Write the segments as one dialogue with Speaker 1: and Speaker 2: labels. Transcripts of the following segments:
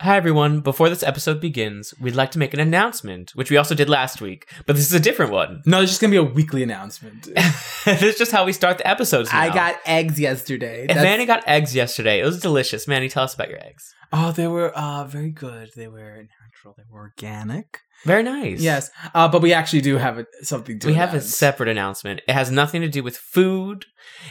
Speaker 1: Hi, everyone. Before this episode begins, we'd like to make an announcement, which we also did last week, but this is a different one.
Speaker 2: No, it's just gonna be a weekly announcement.
Speaker 1: this is just how we start the episodes now.
Speaker 2: I got eggs yesterday.
Speaker 1: And
Speaker 2: That's-
Speaker 1: Manny got eggs yesterday. It was delicious. Manny, tell us about your eggs.
Speaker 2: oh, they were uh, very good. They were natural. They were organic.
Speaker 1: Very nice.
Speaker 2: Yes, uh, but we actually do have a, something to.
Speaker 1: We have a
Speaker 2: announce.
Speaker 1: separate announcement. It has nothing to do with food.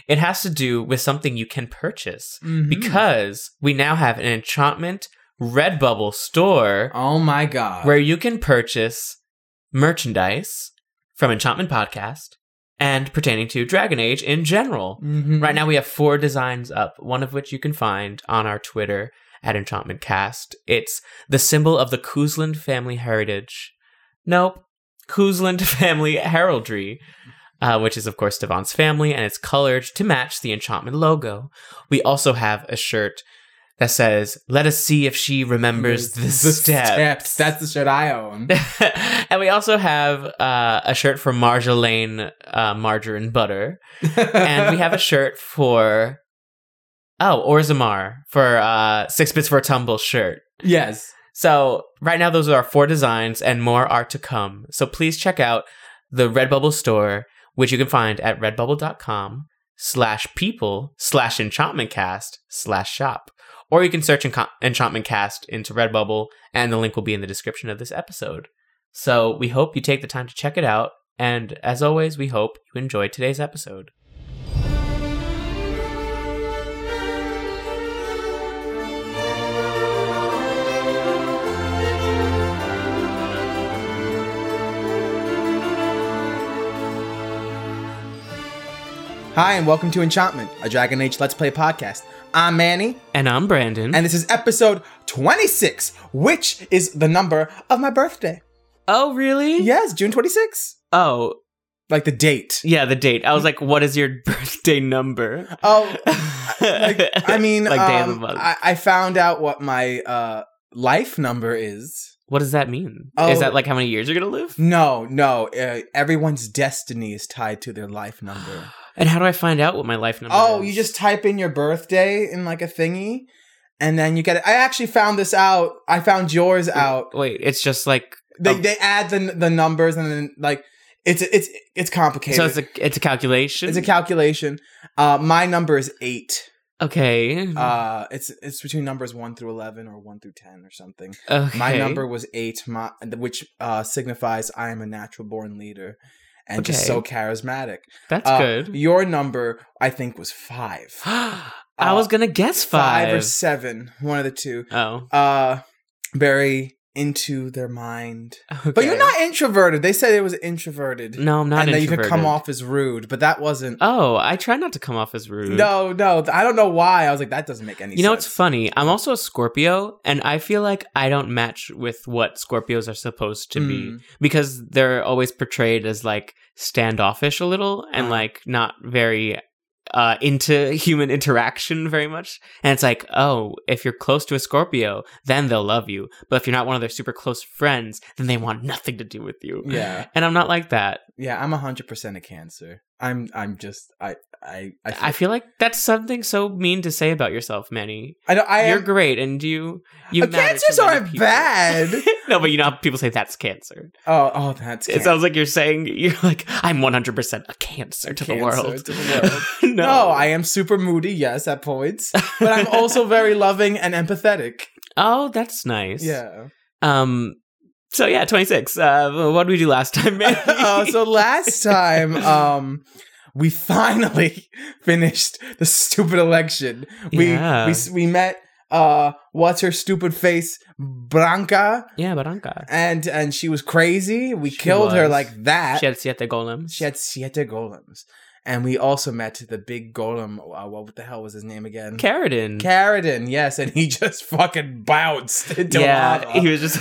Speaker 1: It has to do with something you can purchase
Speaker 2: Mhm.
Speaker 1: because we now have an enchantment Redbubble store
Speaker 2: Oh my god!
Speaker 1: where you can purchase merchandise from Enchantment Podcast and pertaining to Dragon Age in general.
Speaker 2: Mhm.
Speaker 1: Right now, we have four designs up, one of which you can find on our Twitter at Enchantment Cast. It's the symbol of the Kuzland family heritage. Nope, Kuzland family heraldry. Uh, which is, of course, Devon's family, and it's colored to match the Enchantment logo. We also have a shirt that says, Let us see if she remembers
Speaker 2: The
Speaker 1: the, step.
Speaker 2: That's the shirt I own.
Speaker 1: and we also have uh, a shirt for Marjolaine, uh, Margarine Butter and we have a shirt for oh Orzamar for uh six bits for a tumble shirt.
Speaker 2: yes.
Speaker 1: So right now those are our four designs and more are to come. So please check out the Redbubble store, which you can find at redbubble.com slash people slash enchantmentcast slash shop. Or you can search Enchant- Enchantment Cast into Redbubble, and the link will be in the description of this episode. So we hope you take the time to check it out, and as always, we hope you enjoy today's episode.
Speaker 2: Hi, and welcome to Enchantment, a Dragon Age Let's Play podcast. I'm Manny,
Speaker 1: And I'm Brandon.
Speaker 2: and this is episode 26, which is the number of my birthday.
Speaker 1: oh, really?
Speaker 2: Yes, June 26th.
Speaker 1: Oh,
Speaker 2: Like the date.
Speaker 1: yeah, the date. I was like, what is your birthday number?
Speaker 2: Oh, like, I mean,
Speaker 1: Like day of the
Speaker 2: um,
Speaker 1: month.
Speaker 2: I, I found out what my uh, life number is.
Speaker 1: what does that mean?
Speaker 2: Oh.
Speaker 1: Is that like how many years you're going to live?
Speaker 2: No, no. Uh, everyone's destiny is tied to their life number.
Speaker 1: And how do I find out what my life number is?
Speaker 2: oh, you just type in your birthday in like a thingy, and then you get it. I actually found this out. I found yours out.
Speaker 1: Wait, it's just like.
Speaker 2: They
Speaker 1: Oh.
Speaker 2: they add the the numbers and then like it's it's it's complicated.
Speaker 1: So it's a, it's a calculation?
Speaker 2: it's a calculation. Uh, my number is eight.
Speaker 1: Okay.
Speaker 2: Uh, it's it's between numbers one through eleven or one through ten or something.
Speaker 1: okay.
Speaker 2: My number was eight, my, which uh, signifies I am a natural born leader and just
Speaker 1: Okay.
Speaker 2: so charismatic.
Speaker 1: That's
Speaker 2: Uh,
Speaker 1: good.
Speaker 2: Your number, I think, was five.
Speaker 1: I
Speaker 2: uh,
Speaker 1: was going to guess five.
Speaker 2: or seven, one of the two.
Speaker 1: oh.
Speaker 2: Uh, very into their mind.
Speaker 1: Okay.
Speaker 2: But you're not introverted. They said it was introverted.
Speaker 1: No, I'm not
Speaker 2: and that you
Speaker 1: introverted.
Speaker 2: could come off as rude, but that wasn't.
Speaker 1: Oh, I try not to come off as rude.
Speaker 2: No, no, I don't know why. I was like, that doesn't make any sense.
Speaker 1: You know, it's funny. I'm also a Scorpio, and I feel like I don't match with what Scorpios are supposed to be
Speaker 2: Mm.
Speaker 1: because they're always portrayed as like standoffish a little and
Speaker 2: Uh.
Speaker 1: like not very uh, into human interaction very much. And it's like, oh, if you're close to a Scorpio, then they'll love you. But if you're not one of their super close friends, then they want nothing to do with you.
Speaker 2: Yeah,
Speaker 1: And I'm not like that.
Speaker 2: yeah. I'm hundred percent a cancer. I'm. I'm just. I. I. I.
Speaker 1: I feel like that's something so mean to say about yourself, Manny.
Speaker 2: I don't. I
Speaker 1: you're
Speaker 2: am.
Speaker 1: great, and you you
Speaker 2: Uh,
Speaker 1: matter to
Speaker 2: cancers
Speaker 1: many
Speaker 2: aren't
Speaker 1: people.
Speaker 2: bad.
Speaker 1: no, but you know how people say that's cancer.
Speaker 2: Oh, oh, that's.
Speaker 1: It sounds like you're saying you're like I'm 100 percent a cancer to the
Speaker 2: cancer
Speaker 1: world.
Speaker 2: to the world.
Speaker 1: no,
Speaker 2: No, I am super moody, yes, at points, but I'm also very loving and empathetic.
Speaker 1: oh, that's nice.
Speaker 2: Yeah.
Speaker 1: Um. So yeah, 26. Uh, what did we do last time, man?
Speaker 2: uh, so last time, um, we finally finished the stupid election. We
Speaker 1: Yeah.
Speaker 2: we we met uh, what's her stupid face, Branca,
Speaker 1: yeah, Baranka.
Speaker 2: and and she was crazy. We
Speaker 1: She
Speaker 2: killed her
Speaker 1: was.
Speaker 2: like that.
Speaker 1: She had siete golems.
Speaker 2: She had siete golems, and we also met the big golem. Uh, what the hell was his name again?
Speaker 1: Carradine.
Speaker 2: Carradine, yes, and he just fucking bounced into
Speaker 1: yeah,
Speaker 2: lava.
Speaker 1: he was just.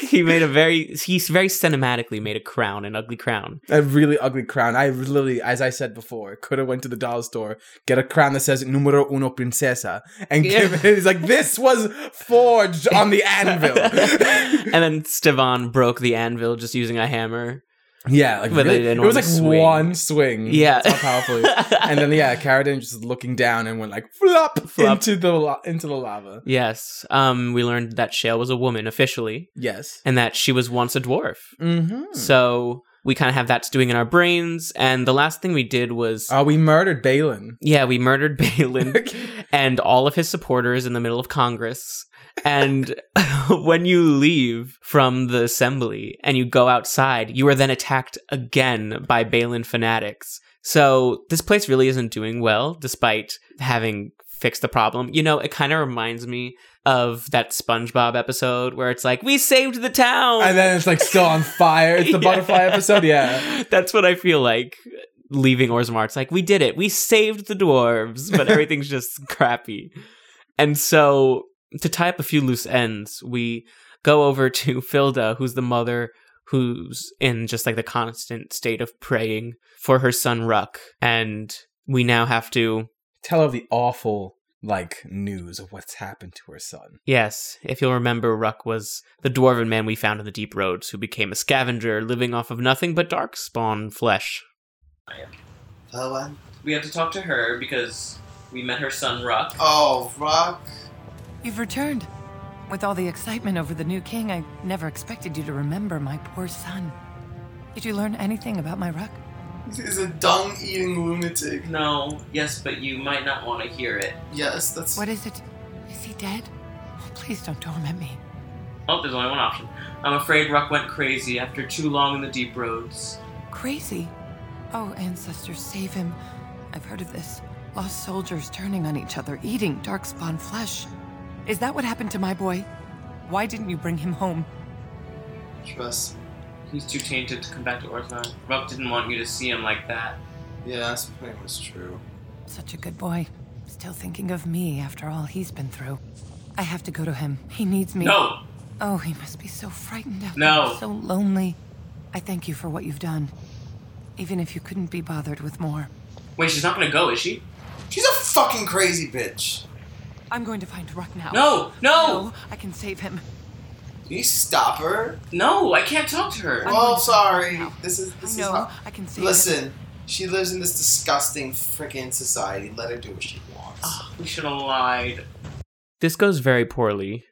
Speaker 1: he made a very he very cinematically made a crown, an ugly crown.
Speaker 2: a really ugly crown. I literally, as I said before, could have went to the dollar store, get a crown that says "Numero Uno Princesa," and
Speaker 1: Yeah.
Speaker 2: give it. It's like this was forged on the anvil.
Speaker 1: and then Stevan broke the anvil just using a hammer.
Speaker 2: Yeah, like
Speaker 1: But they
Speaker 2: really,
Speaker 1: didn't
Speaker 2: it was
Speaker 1: want
Speaker 2: like
Speaker 1: to swing.
Speaker 2: one swing.
Speaker 1: Yeah.
Speaker 2: That's how Mm-hmm. powerful. it is. and then yeah, Carradine just looking down and went like flop,
Speaker 1: Flop.
Speaker 2: into the la- into the lava.
Speaker 1: yes, um, we learned that Shale was a woman officially,
Speaker 2: Yes.
Speaker 1: and that she was once a dwarf.
Speaker 2: Mm-hmm.
Speaker 1: So we kind of have that stewing in our brains. And the last thing we did was,
Speaker 2: Oh, we murdered Balin.
Speaker 1: yeah, we murdered Balin and all of his supporters in the middle of Congress. And when you leave from the assembly and you go outside, you are then attacked again by Balin fanatics. So this place really isn't doing well, despite having fixed the problem. You know, it kind of reminds me of that SpongeBob episode where it's like, we saved the town.
Speaker 2: and then it's like still on fire. It's the
Speaker 1: Yeah.
Speaker 2: butterfly episode. Yeah.
Speaker 1: That's what I feel like leaving Orzammar. It's like, we did it. We saved the dwarves, but everything's just crappy. And so, to tie up a few loose ends, we go over to Filda, who's the mother who's in just like the constant state of praying for her son Ruck. And we now have to
Speaker 2: Tell her the awful like news of what's happened to her son.
Speaker 1: Yes, if you'll remember, Ruck was the dwarven man we found in the deep roads who became a scavenger living off of nothing but dark spawn flesh.
Speaker 3: Oh, I-
Speaker 1: We have to talk to her because we met her son Ruck.
Speaker 3: oh, Rock.
Speaker 4: You've returned. With all the excitement over the new king, I never expected you to remember my poor son. Did you learn anything about my ruck?
Speaker 3: He's a dung eating lunatic.
Speaker 1: No, yes, but you might not want to hear it.
Speaker 3: Yes, that's.
Speaker 4: What is it? Is he dead? Oh, please don't torment me.
Speaker 1: Oh, there's only one option. I'm afraid Ruck went crazy after too long in the deep roads.
Speaker 4: Crazy. Oh, ancestors, save him. I've heard of this. Lost soldiers turning on each other, eating darkspawn flesh. Is that what happened to my boy? Why didn't you bring him home?
Speaker 3: Trust.
Speaker 1: He's too tainted to come back to Orthan. Ruck didn't want you to see him like that.
Speaker 3: Yeah, that's pretty much true.
Speaker 4: Such a good boy. Still thinking of me after all he's been through. I have to go to him. He needs me.
Speaker 1: No!
Speaker 4: Oh, he must be so frightened out
Speaker 1: No.
Speaker 4: there, so lonely. I thank you for what you've done, even if you couldn't be bothered with more.
Speaker 1: Wait, she's not gonna go, is she?
Speaker 3: She's a fucking crazy bitch.
Speaker 4: I'm going to find Ruck now.
Speaker 1: No! No!
Speaker 4: No, I can save him.
Speaker 3: Can you stop her?
Speaker 1: No! I can't talk to her!
Speaker 4: I'm
Speaker 3: oh,
Speaker 4: going to-
Speaker 3: sorry.
Speaker 4: No.
Speaker 3: This is this
Speaker 4: I know.
Speaker 3: is not.
Speaker 4: I can save him.
Speaker 3: Listen, she lives in this disgusting freaking society. Let her do what she wants.
Speaker 1: We should have lied. This goes very poorly.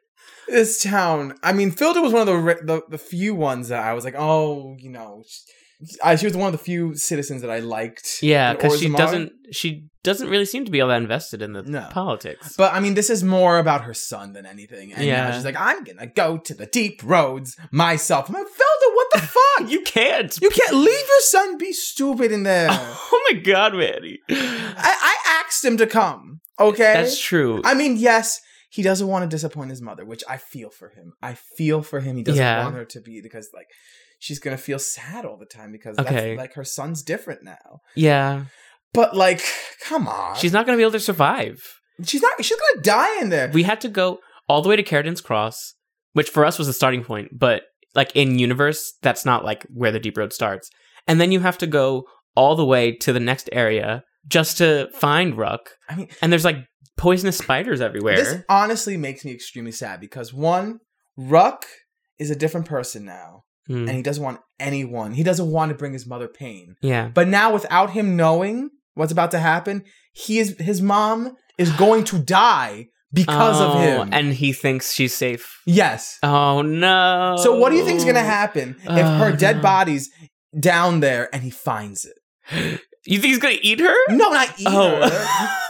Speaker 2: This town. I mean, Filda was one of the, re- the the few ones that I was like, oh, you know, she, I, she was one of the few citizens that I liked.
Speaker 1: Yeah,
Speaker 2: in
Speaker 1: because she
Speaker 2: Orzammar.
Speaker 1: doesn't. She doesn't really seem to be all that invested in the
Speaker 2: No.
Speaker 1: politics.
Speaker 2: But I mean, this is more about her son than anything. And yeah,
Speaker 1: Yeah.
Speaker 2: she's like, I'm gonna go to the deep roads myself. I'm like, Velda, what the fuck? you,
Speaker 1: you can't.
Speaker 2: you can't leave your son be stupid in there. I,
Speaker 1: Oh my god, Manny.
Speaker 2: I asked him to come. Okay,
Speaker 1: That's true.
Speaker 2: I mean, yes, he doesn't want to disappoint his mother, which I feel for him. I feel for him. He doesn't
Speaker 1: Yeah.
Speaker 2: want her to be because like she's gonna feel sad all the time because
Speaker 1: Okay.
Speaker 2: that's, like her son's different now.
Speaker 1: yeah,
Speaker 2: But like, come on,
Speaker 1: she's not gonna be able to survive.
Speaker 2: she's not she's gonna die in there.
Speaker 1: We had to go all the way to Carradine's Cross, which for us was the starting point. But like in universe, that's not like where the deep road starts. And then you have to go all the way to the next area just to find Ruck.
Speaker 2: I mean-
Speaker 1: and there's like poisonous spiders everywhere.
Speaker 2: This honestly makes me extremely sad because one, Ruck is a different person now,
Speaker 1: Hmm.
Speaker 2: and he doesn't want anyone. He doesn't want to bring his mother pain.
Speaker 1: Yeah.
Speaker 2: But now, without him knowing what's about to happen, he is his mom is going to die because
Speaker 1: Oh,
Speaker 2: of him.
Speaker 1: And he thinks she's safe.
Speaker 2: yes.
Speaker 1: Oh no.
Speaker 2: So, what do you think is going to happen if her
Speaker 1: Oh,
Speaker 2: dead
Speaker 1: no.
Speaker 2: body's down there and he finds it?
Speaker 1: You think he's gonna eat her?
Speaker 2: No, not either.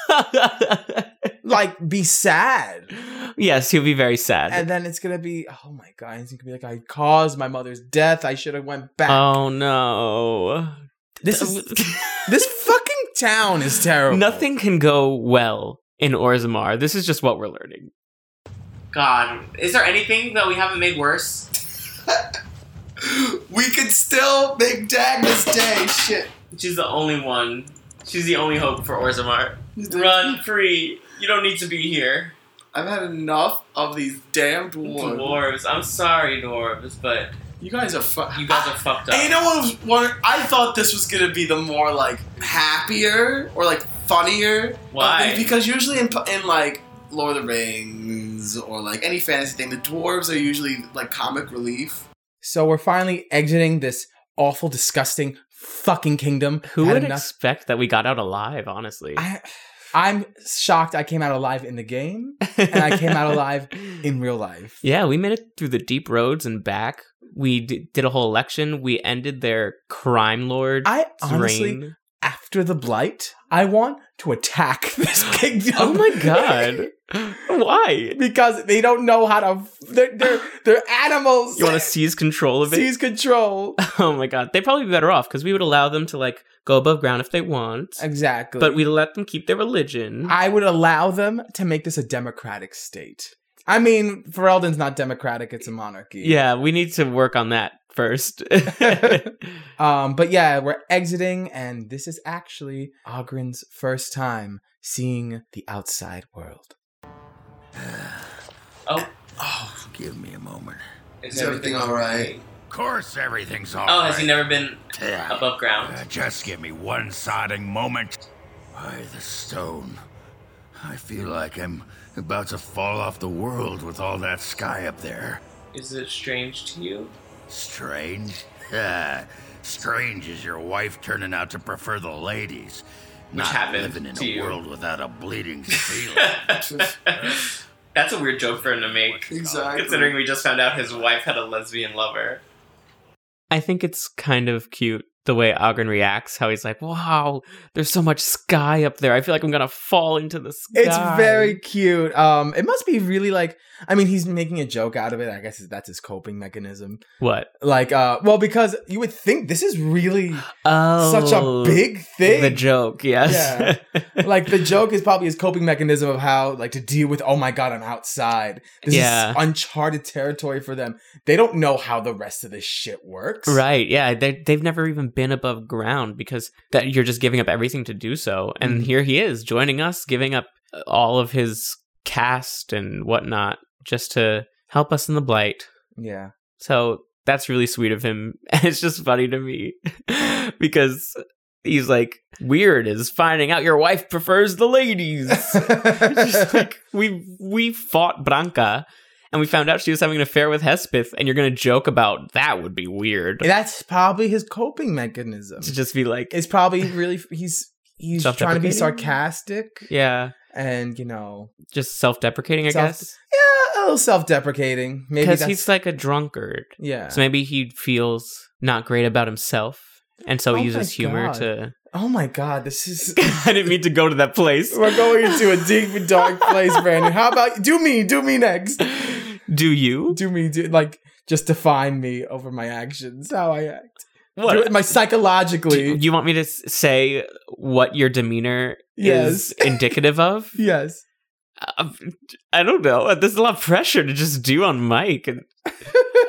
Speaker 1: Oh.
Speaker 2: like, be sad.
Speaker 1: yes, he'll be very sad.
Speaker 2: And then it's gonna be, oh my god, it's gonna be like, I caused my mother's death. I should have went back.
Speaker 1: oh no.
Speaker 2: This is this fucking town is terrible.
Speaker 1: Nothing can go well in Orzammar. This is just what we're learning. God, is there anything that we haven't made worse?
Speaker 3: We could still make Dagna's day. Shit.
Speaker 1: She's the only one. She's the only hope for Orzammar. Run free. You don't need to be here.
Speaker 3: I've had enough of these damn dwarves.
Speaker 1: Dwarves. I'm sorry, dwarves, but
Speaker 3: You guys are fuck.
Speaker 1: you guys are fucked up.
Speaker 3: And you know what? Was one, I thought this was gonna be the more like happier or like funnier.
Speaker 1: Why?
Speaker 3: Uh, because usually in, in like Lord of the Rings or like any fantasy thing, the dwarves are usually like comic relief.
Speaker 2: So we're finally exiting this awful, disgusting fucking kingdom.
Speaker 1: Who
Speaker 2: Had
Speaker 1: would
Speaker 2: enough-
Speaker 1: expect that we got out alive, honestly?
Speaker 2: I, I'm shocked. I came out alive in the game, and I came out alive in real life.
Speaker 1: Yeah, we made it through the deep roads and back. We d- did a whole election. We ended their crime lord
Speaker 2: I honestly,
Speaker 1: reign.
Speaker 2: after the blight, I want to attack this kingdom.
Speaker 1: Oh my god! Why?
Speaker 2: because they don't know how to. They're they're, they're animals.
Speaker 1: You want to seize control of it?
Speaker 2: seize control?
Speaker 1: Oh my god! They'd probably be better off because we would allow them to like go above ground if they want,
Speaker 2: Exactly.
Speaker 1: but we let them keep their religion.
Speaker 2: I would allow them to make this a democratic state. I mean, Ferelden's not democratic; it's a monarchy.
Speaker 1: yeah, we need to work on that first.
Speaker 2: Um, but yeah, we're exiting, and this is actually Ogren's first time seeing the outside world.
Speaker 1: oh,
Speaker 5: Oh, give me a moment.
Speaker 3: Is everything all right?
Speaker 5: Of course, everything's all
Speaker 1: oh, has he
Speaker 5: right.
Speaker 1: never been
Speaker 5: Yeah.
Speaker 1: above
Speaker 5: Uh,
Speaker 1: ground?
Speaker 5: just give me one sodding moment. By the stone. I feel like I'm about to fall off the world with all that sky up there.
Speaker 1: Is it strange to you?
Speaker 5: Strange? Yeah. Strange is your wife turning out to prefer the ladies. Not
Speaker 1: happened
Speaker 5: living in
Speaker 1: to
Speaker 5: a
Speaker 1: you.
Speaker 5: world without a bleeding ceiling.
Speaker 1: That's a weird joke for him to make.
Speaker 3: exactly.
Speaker 1: considering we just found out his wife had a lesbian lover. I think it's kind of cute the way Ogren reacts, how he's like, wow, there's so much sky up there. I feel like I'm going to fall into the sky.
Speaker 2: It's very cute. Um, it must be really like. I mean, he's making a joke out of it. I guess that's his coping mechanism.
Speaker 1: What?
Speaker 2: Like, uh, well, because you would think this is really
Speaker 1: Oh.
Speaker 2: such a big thing.
Speaker 1: The joke, yes.
Speaker 2: like the joke is probably his coping mechanism of how like to deal with oh my god i'm outside this
Speaker 1: Yeah.
Speaker 2: is uncharted territory for them they don't know how the rest of this shit works
Speaker 1: right, yeah. They, they've never even been above ground because that you're just giving up everything to do so. And here he is joining us, giving up uh, all of his cast and whatnot just to help us in the blight.
Speaker 2: yeah
Speaker 1: So that's really sweet of him. And it's just funny to me because he's like, weird is finding out your wife prefers the ladies. It's just like we we fought Branca and we found out she was having an affair with Hespeth, and you're gonna joke about that would be weird.
Speaker 2: that's probably his coping mechanism
Speaker 1: to just be like
Speaker 2: it's probably really he's he's trying to be
Speaker 1: Self-deprecating?
Speaker 2: sarcastic
Speaker 1: Yeah.
Speaker 2: and you know
Speaker 1: Just self deprecating, I
Speaker 2: Self-
Speaker 1: guess.
Speaker 2: yeah a little self-deprecating maybe
Speaker 1: Because
Speaker 2: that's
Speaker 1: he's like a drunkard.
Speaker 2: yeah
Speaker 1: So maybe he feels not great about himself. And so
Speaker 2: Oh
Speaker 1: he
Speaker 2: my
Speaker 1: uses humor
Speaker 2: God.
Speaker 1: to
Speaker 2: oh my god this is
Speaker 1: I didn't mean to go to that place.
Speaker 2: we're going into a deep dark place brandon how about do me do me next
Speaker 1: Do you?
Speaker 2: do me do like just define me over my actions how i act
Speaker 1: What?
Speaker 2: do it my psychologically
Speaker 1: you want me to s- say what your demeanor is
Speaker 2: Yes.
Speaker 1: indicative of?
Speaker 2: yes
Speaker 1: Uh, I don't know. There's a lot of pressure to just do on mic, and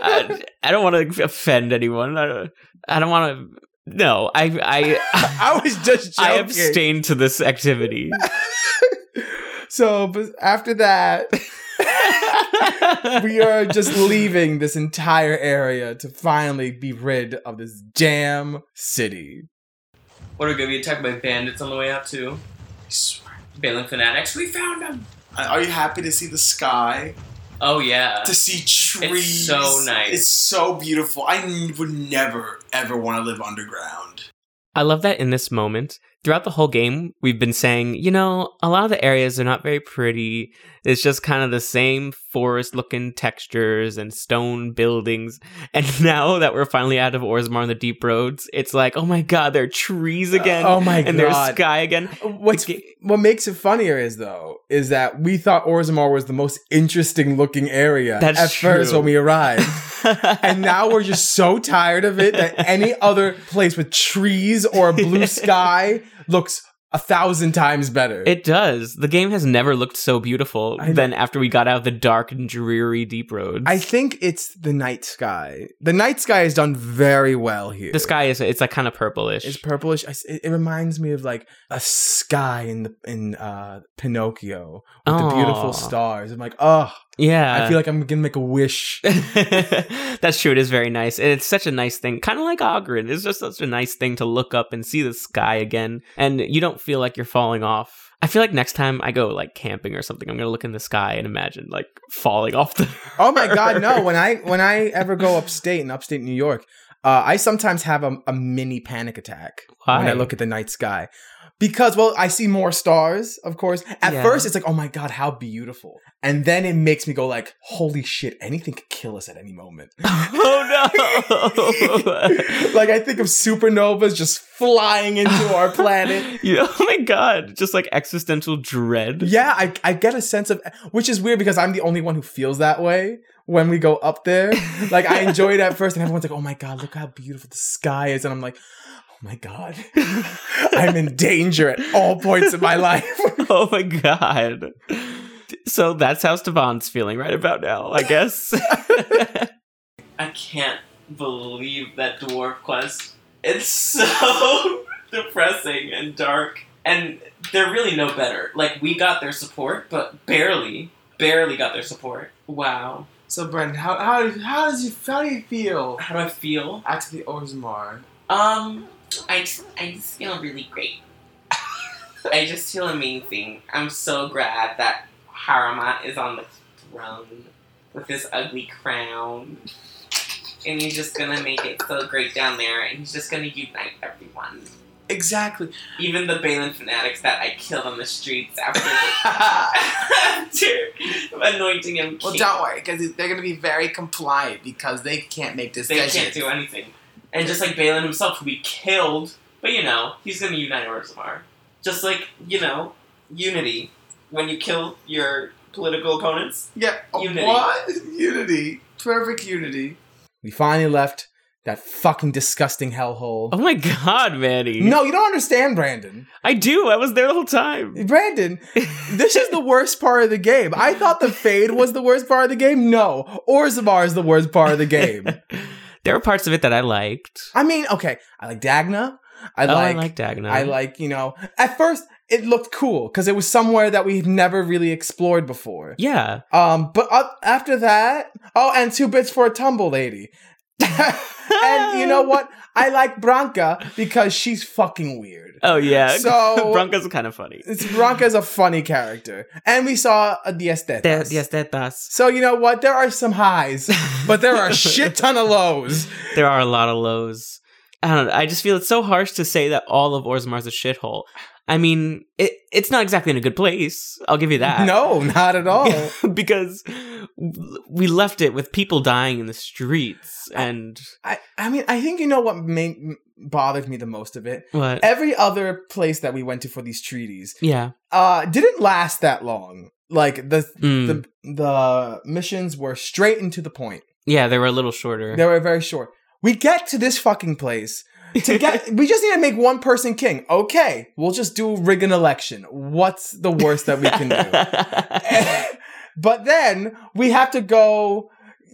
Speaker 1: I, I don't want to offend anyone. I don't, I don't want to. No, I I
Speaker 2: i was just joking
Speaker 1: I abstain to this activity.
Speaker 2: so but after that we are just leaving this entire area to finally be rid of this damn city
Speaker 1: What are we gonna be attacked by bandits on the way out too?
Speaker 3: I swear. Uh,
Speaker 1: Balin fanatics. We found them.
Speaker 3: Are you happy to see the sky?
Speaker 1: Oh yeah.
Speaker 3: to see trees.
Speaker 1: so nice.
Speaker 3: It's so beautiful. I n- would never ever want to live underground.
Speaker 1: I love that in this moment. Throughout the whole game, we've been saying, you know, a lot of the areas are not very pretty. It's just kind of the same forest looking textures and stone buildings. And now that we're finally out of Orzammar on the deep roads, it's like, oh my god, there are trees again.
Speaker 2: oh my
Speaker 1: and there's
Speaker 2: God. Uh,
Speaker 1: sky again.
Speaker 2: What's
Speaker 1: The ga-
Speaker 2: what makes it funnier is though is that we thought Orzammar was the most interesting looking area
Speaker 1: That's
Speaker 2: at first
Speaker 1: true.
Speaker 2: when we arrived, and now we're just so tired of it that any other place with trees or a blue sky looks a thousand times better.
Speaker 1: It does. The game has never looked so beautiful
Speaker 2: I know.
Speaker 1: than after we got out of the dark and dreary deep roads.
Speaker 2: I think it's the night sky. The night sky is done very well here.
Speaker 1: the sky is it's like kind of purplish.
Speaker 2: It's purplish. I s- It, it reminds me of like a sky in the in uh, Pinocchio with the
Speaker 1: Aw.
Speaker 2: beautiful stars. I'm like, oh,
Speaker 1: yeah.
Speaker 2: I feel like I'm gonna make a wish.
Speaker 1: That's true. It is very nice. And it's such a nice thing, kind of like Ogren. It's just such a nice thing to look up and see the sky again. And you don't feel like you're falling off. I feel like next time I go like camping or something, I'm going to look in the sky and imagine like falling off the.
Speaker 2: Oh my god, no!
Speaker 1: earth.
Speaker 2: When I when I ever go upstate in upstate New York, Uh, I sometimes have a, a mini panic attack when
Speaker 1: Why?
Speaker 2: I look at the night sky. Because, well, I see more stars, of course. At
Speaker 1: Yeah.
Speaker 2: first, it's like, oh my God, how beautiful. And then it makes me go like, holy shit, anything could kill us at any moment.
Speaker 1: Oh no!
Speaker 2: like, I think of supernovas just flying into our planet.
Speaker 1: You- oh my god! Just like existential dread.
Speaker 2: Yeah, I, I get a sense of, which is weird because I'm the only one who feels that way when we go up there. Like, I enjoy it at first, and everyone's like, oh my God, look how beautiful the sky is. And I'm like, oh my God, I'm in danger at all points in my life.
Speaker 1: Oh my god! So that's how Stefan's feeling right about now, I guess.
Speaker 3: I can't believe that Dwarf Quest. It's so depressing and dark, and they're really no better. Like, we got their support, but barely, barely got their support. Wow.
Speaker 6: So, Brendan, how how how does you how do you feel
Speaker 3: How do I feel?
Speaker 6: after the Orzammar?
Speaker 3: Um, I just, I just feel really great. I just feel amazing. I'm so glad that Harama is on the throne with this ugly crown. And he's just gonna make it so great down there, and he's just gonna unite everyone.
Speaker 6: Exactly.
Speaker 3: Even the Balin fanatics that I killed on the streets after, after anointing him
Speaker 6: Well,
Speaker 3: king.
Speaker 6: don't worry, because they're gonna be very compliant because they can't make
Speaker 3: They
Speaker 6: decisions.
Speaker 3: can't do anything. And just like Balin himself, who we killed, but you know, he's gonna unite Orzammar. Just like, you know, unity. When you kill your political opponents,
Speaker 6: Yeah.
Speaker 3: Unity.
Speaker 6: What unity? Perfect unity.
Speaker 2: We finally left that fucking disgusting hellhole.
Speaker 1: oh my god, Manny!
Speaker 2: No, you don't understand, Brandon.
Speaker 1: I do. I was there the whole time.
Speaker 2: Brandon, this is the worst part of the game. I thought the fade was the worst part of the game. No, Orzabar is the worst part of the game.
Speaker 1: There were parts of it that I liked.
Speaker 2: I mean, okay, I like Dagna. I
Speaker 1: oh,
Speaker 2: like
Speaker 1: I like Dagna.
Speaker 2: I like, you know, at first it looked cool because it was somewhere that we've never really explored before.
Speaker 1: Yeah.
Speaker 2: Um, but up after that, oh, and two bits for a tumble lady. and you know what? I like Branca because she's fucking weird.
Speaker 1: Oh yeah.
Speaker 2: So-
Speaker 1: Bronca's kind of funny.
Speaker 2: It's Branca's a funny character, and we saw a Diestetas.
Speaker 1: That- yes, that does.
Speaker 2: So you know what? There are some highs, but there are a shit ton of lows.
Speaker 1: There are a lot of lows. I don't know. I just feel it's so harsh to say that all of Orzamar's a shithole. I mean, it, it's not exactly in a good place. I'll give you that.
Speaker 2: No, not at all.
Speaker 1: because w- we left it with people dying in the streets and
Speaker 2: I, I mean, I think you know what made, bothered me the most of it.
Speaker 1: what?
Speaker 2: Every other place that we went to for these treaties
Speaker 1: yeah.
Speaker 2: uh, didn't last that long. Like the
Speaker 1: Mm.
Speaker 2: the the missions were straight and to the point.
Speaker 1: yeah, they were a little shorter.
Speaker 2: They were very short. We get to this fucking place to get. we just need to make one person king. Okay, we'll just do rig an election. What's the worst that we can do? but then we have to go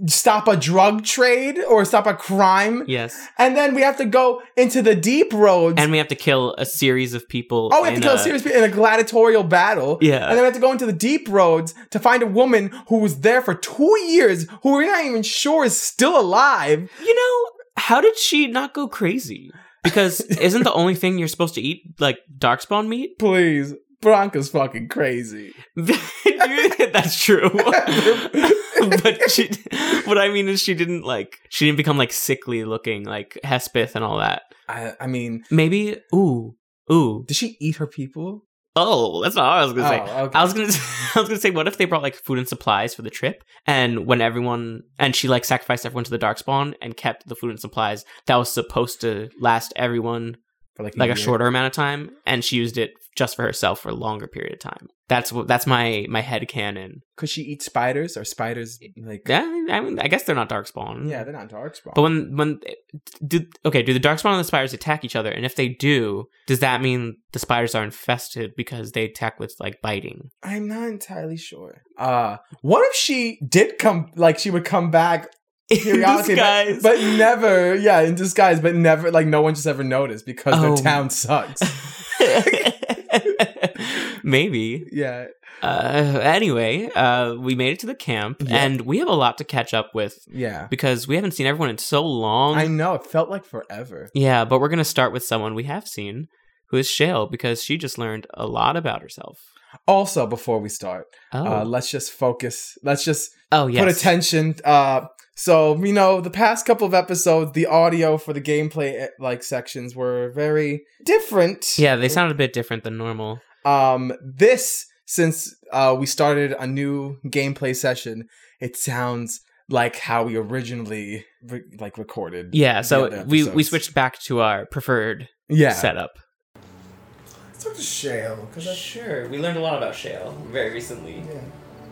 Speaker 2: stop a drug trade or stop a crime.
Speaker 1: yes.
Speaker 2: And then we have to go into the deep roads.
Speaker 1: And we have to kill a series of people.
Speaker 2: oh, we have to
Speaker 1: in
Speaker 2: kill serious people in a gladiatorial battle.
Speaker 1: Yeah.
Speaker 2: And then we have to go into the deep roads to find a woman who was there for two years, who we're not even sure is still alive.
Speaker 1: You know, how did she not go crazy? Because isn't the only thing you're supposed to eat like darkspawn meat?
Speaker 2: Please. Bronca's fucking crazy.
Speaker 1: Dude, that's true. but she, what I mean is, she didn't like, she didn't become like sickly looking, like Hespeth and all that.
Speaker 2: I, I mean,
Speaker 1: Maybe, ooh, ooh,
Speaker 2: did she eat her people?
Speaker 1: oh, that's not what I was gonna say.
Speaker 2: okay.
Speaker 1: I was gonna, I was gonna say, what if they brought like food and supplies for the trip, and when everyone, and she like sacrificed everyone to the Darkspawn and kept the food and supplies that was supposed to last everyone
Speaker 2: for
Speaker 1: like a
Speaker 2: year.
Speaker 1: shorter amount of time, and she used it just for herself for a longer period of time. That's what, that's my my head canon.
Speaker 2: Could she eat spiders? Are spiders like?
Speaker 1: Yeah, I mean, I guess they're not darkspawn.
Speaker 2: Yeah, they're not dark spawn.
Speaker 1: But when when do okay, do the darkspawn and the spiders attack each other? And if they do, does that mean the spiders are infested because they attack with like biting?
Speaker 2: I'm not entirely sure. Uh what if she did come like she would come back periodically but,
Speaker 1: disguise.
Speaker 2: but never yeah, in disguise, but never like no one just ever noticed because
Speaker 1: Oh.
Speaker 2: their town sucks.
Speaker 1: Maybe.
Speaker 2: yeah.
Speaker 1: Uh, anyway, uh, we made it to the camp,
Speaker 2: Yeah.
Speaker 1: and we have a lot to catch up with
Speaker 2: Yeah.
Speaker 1: because we haven't seen everyone in so long.
Speaker 2: I know, it felt like forever.
Speaker 1: Yeah, but we're gonna start with someone we have seen, who is Shale, because she just learned a lot about herself.
Speaker 2: Also, before we start,
Speaker 1: Oh,
Speaker 2: uh let's just focus. Let's just
Speaker 1: oh yes.
Speaker 2: put attention uh So, you know, the past couple of episodes, the audio for the gameplay eh, like sections were very different.
Speaker 1: Yeah, they sound a bit different than normal.
Speaker 2: Um, this, since uh, we started a new gameplay session, it sounds like how we originally re- like recorded.
Speaker 1: Yeah, so
Speaker 2: other
Speaker 1: we we
Speaker 2: episodes.
Speaker 1: switched back to our preferred
Speaker 2: Yeah.
Speaker 1: setup.
Speaker 7: Let's talk to Shale, because I
Speaker 1: Sure, we learned a lot about Shale very recently.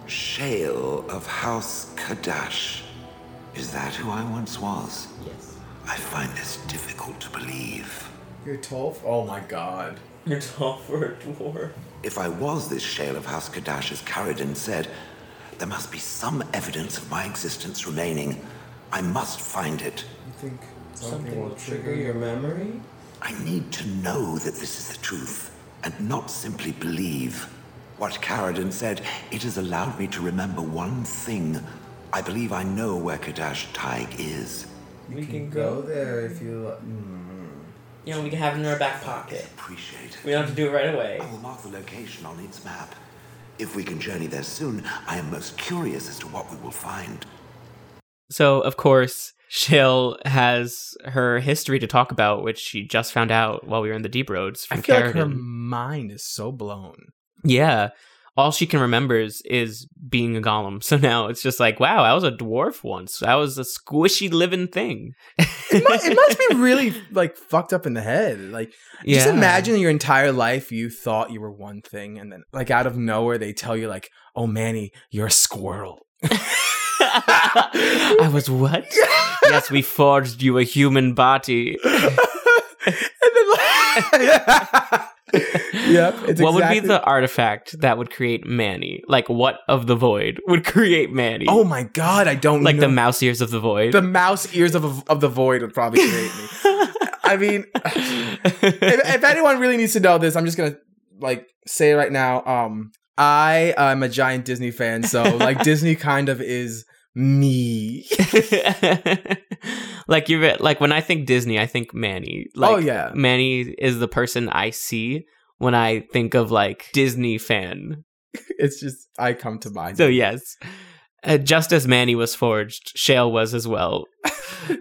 Speaker 8: Shale of House Kadash. Is that who I once was?
Speaker 1: Yes.
Speaker 8: I find this difficult to believe.
Speaker 7: you're tall.
Speaker 2: Oh my god.
Speaker 1: You're tall for a dwarf.
Speaker 8: If I was this Shale of House Kadash, as Carradine said, there must be some evidence of my existence remaining. I must find it.
Speaker 7: You think something, will trigger your memory?
Speaker 8: I need to know that this is the truth and not simply believe. What Carradine said, it has allowed me to remember one thing. I believe I know where Kadash Taig is.
Speaker 7: You can, go there if you. li- Mm.
Speaker 1: You know, we can have it in our back pocket.
Speaker 8: Appreciate it.
Speaker 1: We don't have to do it right away.
Speaker 8: I will mark the location on its map. If we can journey there soon, I am most curious as to what we will find.
Speaker 1: So, of course, Shale has her history to talk about, which she just found out while we were in the deep roads from
Speaker 2: I feel like her
Speaker 1: Carradine.
Speaker 2: mind is so blown.
Speaker 1: Yeah. All she can remember is, is being a golem. So now it's just like, wow, I was a dwarf once. I was a squishy living thing.
Speaker 2: It must, it must be really like fucked up in the head. Like just
Speaker 1: Yeah.
Speaker 2: imagine your entire life you thought you were one thing and then like out of nowhere they tell you like, "Oh Manny, you're a squirrel."
Speaker 1: I was what? yes, we forged you a human body.
Speaker 2: and then like Yep, it's
Speaker 1: what would be
Speaker 2: exactly-
Speaker 1: the artifact that would create Manny? Like, what of the void would create Manny?
Speaker 2: Oh my god, I don't
Speaker 1: like
Speaker 2: know.
Speaker 1: the mouse ears of the void.
Speaker 2: the mouse ears of of the void would probably create me. I mean, if, if anyone really needs to know this, I'm just gonna like say it right now. Um, I am a giant Disney fan, so like Disney kind of is me.
Speaker 1: like you're like when I think Disney, I think Manny. Like,
Speaker 2: oh yeah,
Speaker 1: Manny is the person I see when I think of like Disney fan.
Speaker 2: it's just I come to mind.
Speaker 1: So yes, uh, just as Manny was forged, Shale was as well.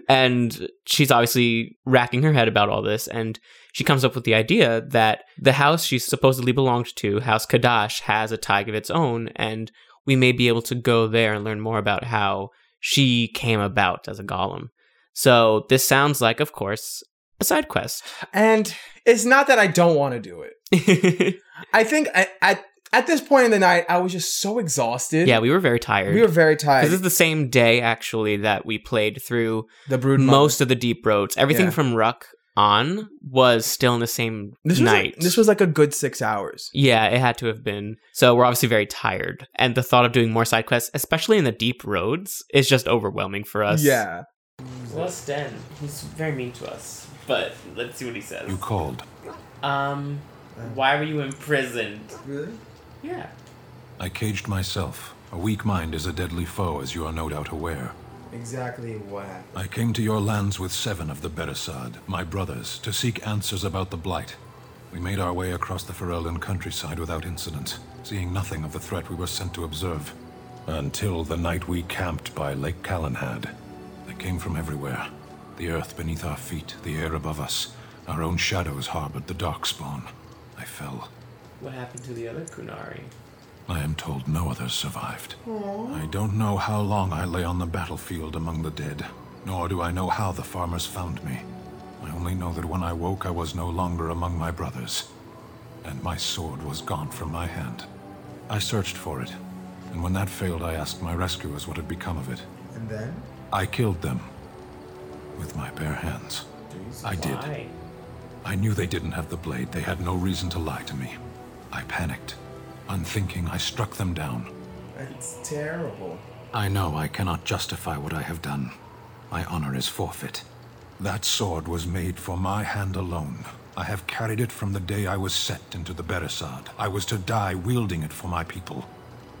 Speaker 1: and she's obviously racking her head about all this, and she comes up with the idea that the house she supposedly belonged to, House Kadash, has a tag of its own, and we may be able to go there and learn more about how she came about as a golem. So this sounds like, of course, a side quest.
Speaker 2: and it's not that I don't want to do it. I think I, at at this point in the night, I was just so exhausted.
Speaker 1: Yeah, we were very tired.
Speaker 2: we were very
Speaker 1: This
Speaker 2: tired.
Speaker 1: is the same day actually that we played through
Speaker 2: the brood mother.
Speaker 1: most of the deep roads. Everything
Speaker 2: Yeah.
Speaker 1: from Ruck on was still in the same
Speaker 2: this was a-
Speaker 1: night.
Speaker 2: this was like a good six hours.
Speaker 1: yeah, it had to have been. So we're obviously very tired, and the thought of doing more side quests, especially in the deep roads, is just overwhelming for us.
Speaker 2: Yeah.
Speaker 1: Plus Den, he's very mean to us, but let's see what he says.
Speaker 5: called.
Speaker 1: Um, why were you imprisoned?
Speaker 7: Uh. Really?
Speaker 1: Yeah.
Speaker 5: I caged myself. A weak mind is a deadly foe, as you are no doubt aware.
Speaker 7: Exactly what happened?
Speaker 5: I came to your lands with seven of the Beresad, my brothers, to seek answers about the Blight. We made our way across the Ferelden countryside without incident, seeing nothing of the threat we were sent to observe. Until the night we camped by Lake Callanhad. They came from everywhere. The earth beneath our feet, the air above us. Our own shadows harbored the darkspawn. I fell.
Speaker 1: What happened to the other Kunari?
Speaker 5: I am told no others survived. I don't know how long I lay on the battlefield among the dead, nor do I know how the farmers found me. I only know that when I woke, I was no longer among my brothers, and my sword was gone from my hand. I searched for it, and when that failed, I asked my rescuers what had become of it.
Speaker 7: And then?
Speaker 5: I killed them with my bare hands. I did.
Speaker 1: Why?
Speaker 5: I knew they didn't have the blade. They had no reason to lie to me. I panicked. Unthinking, I struck them down.
Speaker 7: That's terrible.
Speaker 5: I know I cannot justify what I have done. My honor is forfeit. That sword was made for my hand alone. I have carried it from the day I was set into the Beresad. I was to die wielding it for my people.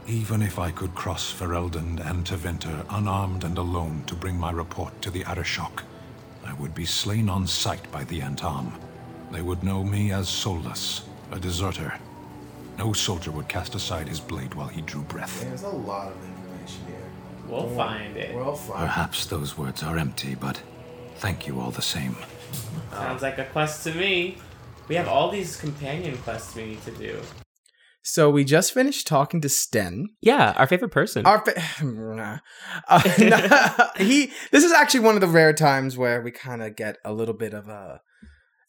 Speaker 5: Even if I could cross Ferelden and Taventer unarmed and alone to bring my report to the Arashok, I would be slain on sight by the Antam. They would know me as soulless, a deserter. No soldier would cast aside his blade while he drew breath.
Speaker 7: There's a lot of information here.
Speaker 1: We'll find it.
Speaker 7: We'll find.
Speaker 5: Perhaps those words are empty, but thank you all the same.
Speaker 1: Sounds like a quest to me. We have all these companion quests we need to do.
Speaker 2: So we just finished talking to Sten.
Speaker 1: Yeah, our favorite person.
Speaker 2: Our fa- Nah. Uh, nah. he. This is actually one of the rare times where we kind of get a little bit of a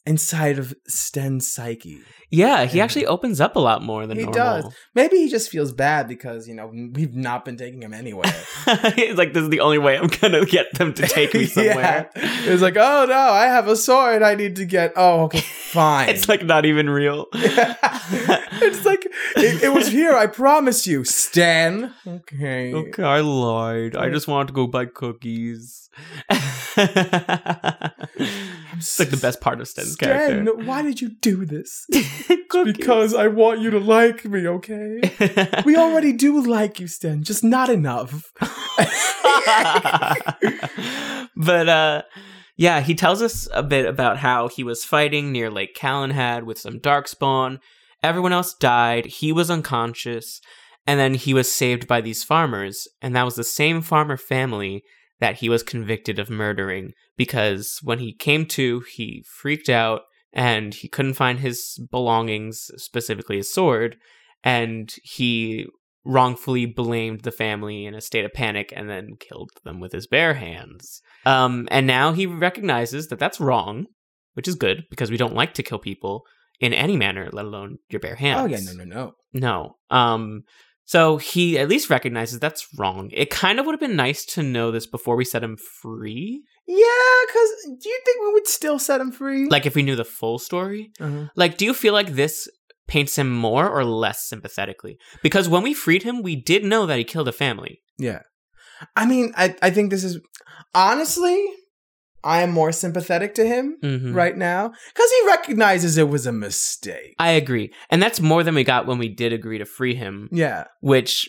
Speaker 2: inside of Sten's psyche.
Speaker 1: yeah, he actually opens up a lot more than
Speaker 2: he
Speaker 1: normal.
Speaker 2: does. Maybe he just feels bad because you know we've not been taking him anywhere.
Speaker 1: He's like, this is the only way I'm gonna get them to take me somewhere.
Speaker 2: Yeah. It was like, oh no, I have a sword. I need to get. Oh, okay, fine.
Speaker 1: It's like not even real.
Speaker 2: it's like it, it was here. I promise you, Stan. Okay.
Speaker 1: Okay, I lied. I just wanted to go buy cookies. it's like the best part of Sten's
Speaker 2: Stan,
Speaker 1: character.
Speaker 2: why did you do this?
Speaker 1: Cookies.
Speaker 2: Because I want you to like me, okay? We already do like you, Stan, just not enough.
Speaker 1: but uh yeah, he tells us a bit about how he was fighting near Lake Callanhad with some darkspawn. Everyone else died. He was unconscious, and then he was saved by these farmers, and that was the same farmer family that he was convicted of murdering because when he came to, he freaked out and he couldn't find his belongings, specifically his sword, and he wrongfully blamed the family in a state of panic and then killed them with his bare hands. Um, and now he recognizes that that's wrong, which is good because we don't like to kill people in any manner, let alone your bare hands.
Speaker 2: Oh yeah, no, no, no.
Speaker 1: No. Um so he at least recognizes that's wrong. It kind of would have been nice to know this before we set him free.
Speaker 2: Yeah, because do you think we would still set him free?
Speaker 1: Like if we knew the full story.
Speaker 2: Uh-huh.
Speaker 1: Like do you feel like this paints him more or less sympathetically? Because when we freed him, we did know that he killed a family.
Speaker 2: yeah. I mean, I I think this is honestly, I am more sympathetic to him
Speaker 1: Mhm.
Speaker 2: right now because he recognizes it was a mistake.
Speaker 1: I agree. And that's more than we got when we did agree to free him,
Speaker 2: yeah,
Speaker 1: which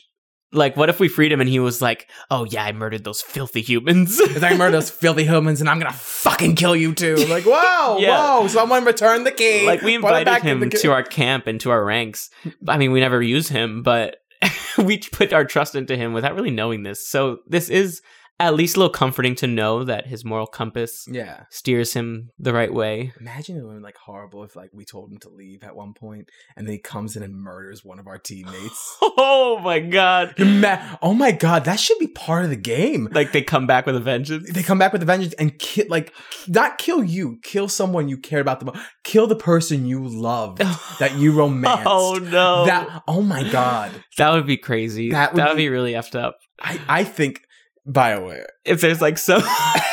Speaker 1: like what if we freed him and he was like, "Oh yeah, I murdered those filthy humans."
Speaker 2: it's like murder those filthy humans, and I'm gonna fucking kill you too. Like, whoa,
Speaker 1: Yeah.
Speaker 2: whoa, someone return the key.
Speaker 1: like we
Speaker 2: Put it
Speaker 1: invited
Speaker 2: back in
Speaker 1: him
Speaker 2: the key.
Speaker 1: to our camp and to our ranks. I mean, we never used him, but we put our trust into him without really knowing this. So this is at least a little comforting to know that his moral compass
Speaker 2: yeah.
Speaker 1: steers him the right way.
Speaker 2: Imagine it would have been like horrible if like we told him to leave at one point and then he comes in and murders one of our teammates.
Speaker 1: Oh my god!
Speaker 2: Ima- oh my god, that should be part of the game.
Speaker 1: Like they come back with a vengeance.
Speaker 2: They come back with a vengeance and kill like not kill you, kill someone you care about the most. Kill the person you loved that you romanced.
Speaker 1: Oh no! That,
Speaker 2: That oh my god.
Speaker 1: would be crazy. That would, be, really effed up.
Speaker 2: I, I think Bioware.
Speaker 1: If there's like so.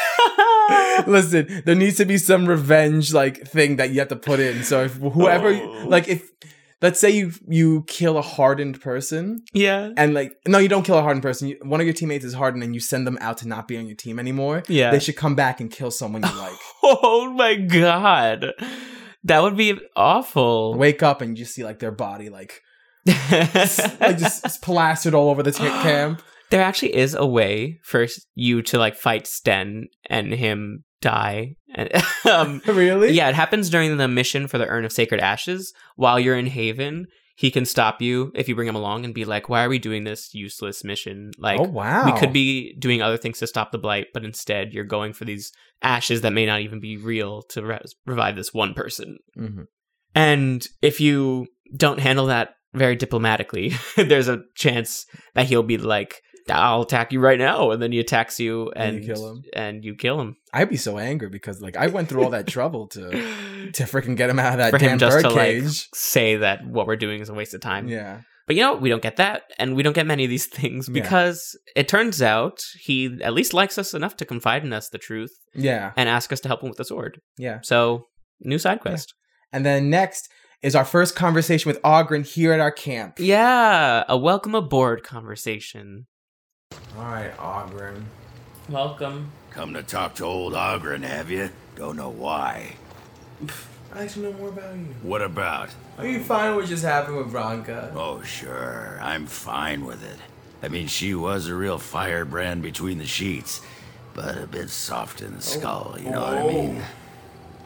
Speaker 2: Listen, there needs to be some revenge like thing that you have to put in. So if whoever
Speaker 1: Oh.
Speaker 2: like if let's say you you kill a hardened person
Speaker 1: yeah.
Speaker 2: and like no you don't kill a hardened person you, one of your teammates is hardened and you send them out to not be on your team anymore
Speaker 1: Yeah.
Speaker 2: they should come back and kill someone you like
Speaker 1: Oh my god. That would be awful.
Speaker 2: wake up and you just see like their body like like just s- plastered all over the t- camp
Speaker 1: There actually is a way for s- you to like fight Sten and him die. And, um,
Speaker 2: really
Speaker 1: yeah, it happens during the mission for the Urn of Sacred Ashes. While you're in Haven, he can stop you if you bring him along and be like, "Why are we doing this useless mission? Like,
Speaker 2: oh wow
Speaker 1: we could be doing other things to stop the blight, but instead you're going for these ashes that may not even be real to re- revive this one person."
Speaker 2: Mhm.
Speaker 1: And if you don't handle that very diplomatically, there's a chance that he'll be like, "I'll attack you right now," and then he attacks you, and,
Speaker 2: And you kill him.
Speaker 1: and you kill him
Speaker 2: i'd be so angry because like i went through all that trouble to to freaking get him out of that
Speaker 1: for
Speaker 2: damn
Speaker 1: him just to like
Speaker 2: birdcage
Speaker 1: say that what we're doing is a waste of time.
Speaker 2: yeah
Speaker 1: But you know, we don't get that, and we don't get many of these things
Speaker 2: Yeah.
Speaker 1: because it turns out he at least likes us enough to confide in us the truth
Speaker 2: yeah
Speaker 1: and ask us to help him with the sword.
Speaker 2: yeah
Speaker 1: So, new side quest.
Speaker 2: and then next is our first conversation with Ogren here at our camp
Speaker 1: Yeah, a welcome aboard conversation.
Speaker 7: Alright, Ogren.
Speaker 1: Welcome.
Speaker 8: Come to talk to old Ogren, have you? Don't know why.
Speaker 7: I'd like to know more about you.
Speaker 8: What about?
Speaker 7: Are you fine with what just happened with Bronca?
Speaker 8: Oh, sure. I'm fine with it. I mean, she was a real firebrand between the sheets, but a bit soft in the skull, you know what I mean?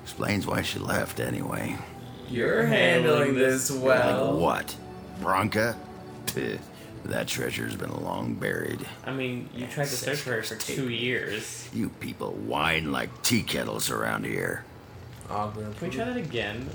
Speaker 8: Explains why she left, anyway.
Speaker 7: You're handling this well.
Speaker 8: What? Bronca? Peh,
Speaker 9: That treasure's been long buried.
Speaker 1: I mean, you tried to search for it for two years.
Speaker 9: You people whine like tea kettles around here.
Speaker 7: Ogrim.
Speaker 1: Can we try that again?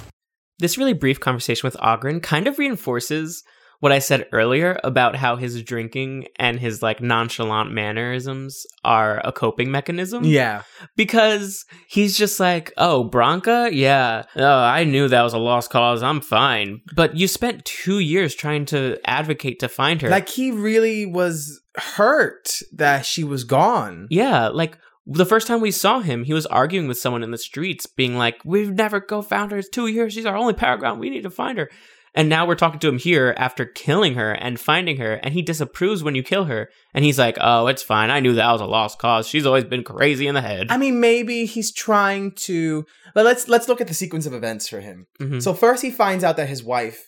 Speaker 1: This really brief conversation with Ogren kind of reinforces what I said earlier about how his drinking and his like nonchalant mannerisms are a coping mechanism.
Speaker 2: Yeah.
Speaker 1: Because he's just like, oh, Bronca? Yeah. Oh, I knew that was a lost cause. I'm fine. But you spent two years trying to advocate to find her.
Speaker 2: Like he really was hurt that she was gone.
Speaker 1: Yeah, like the first time we saw him, he was arguing with someone in the streets, being like, "We've never go found her. It's two years. She's our only paragon. We need to find her." And now we're talking to him here after killing her and finding her, and he disapproves when you kill her, and he's like, "Oh, it's fine. I knew that was a lost cause. She's always been crazy in the head."
Speaker 2: I mean, maybe he's trying to. But let's let's look at the sequence of events for him.
Speaker 1: Mhm.
Speaker 2: So first, he finds out that his wife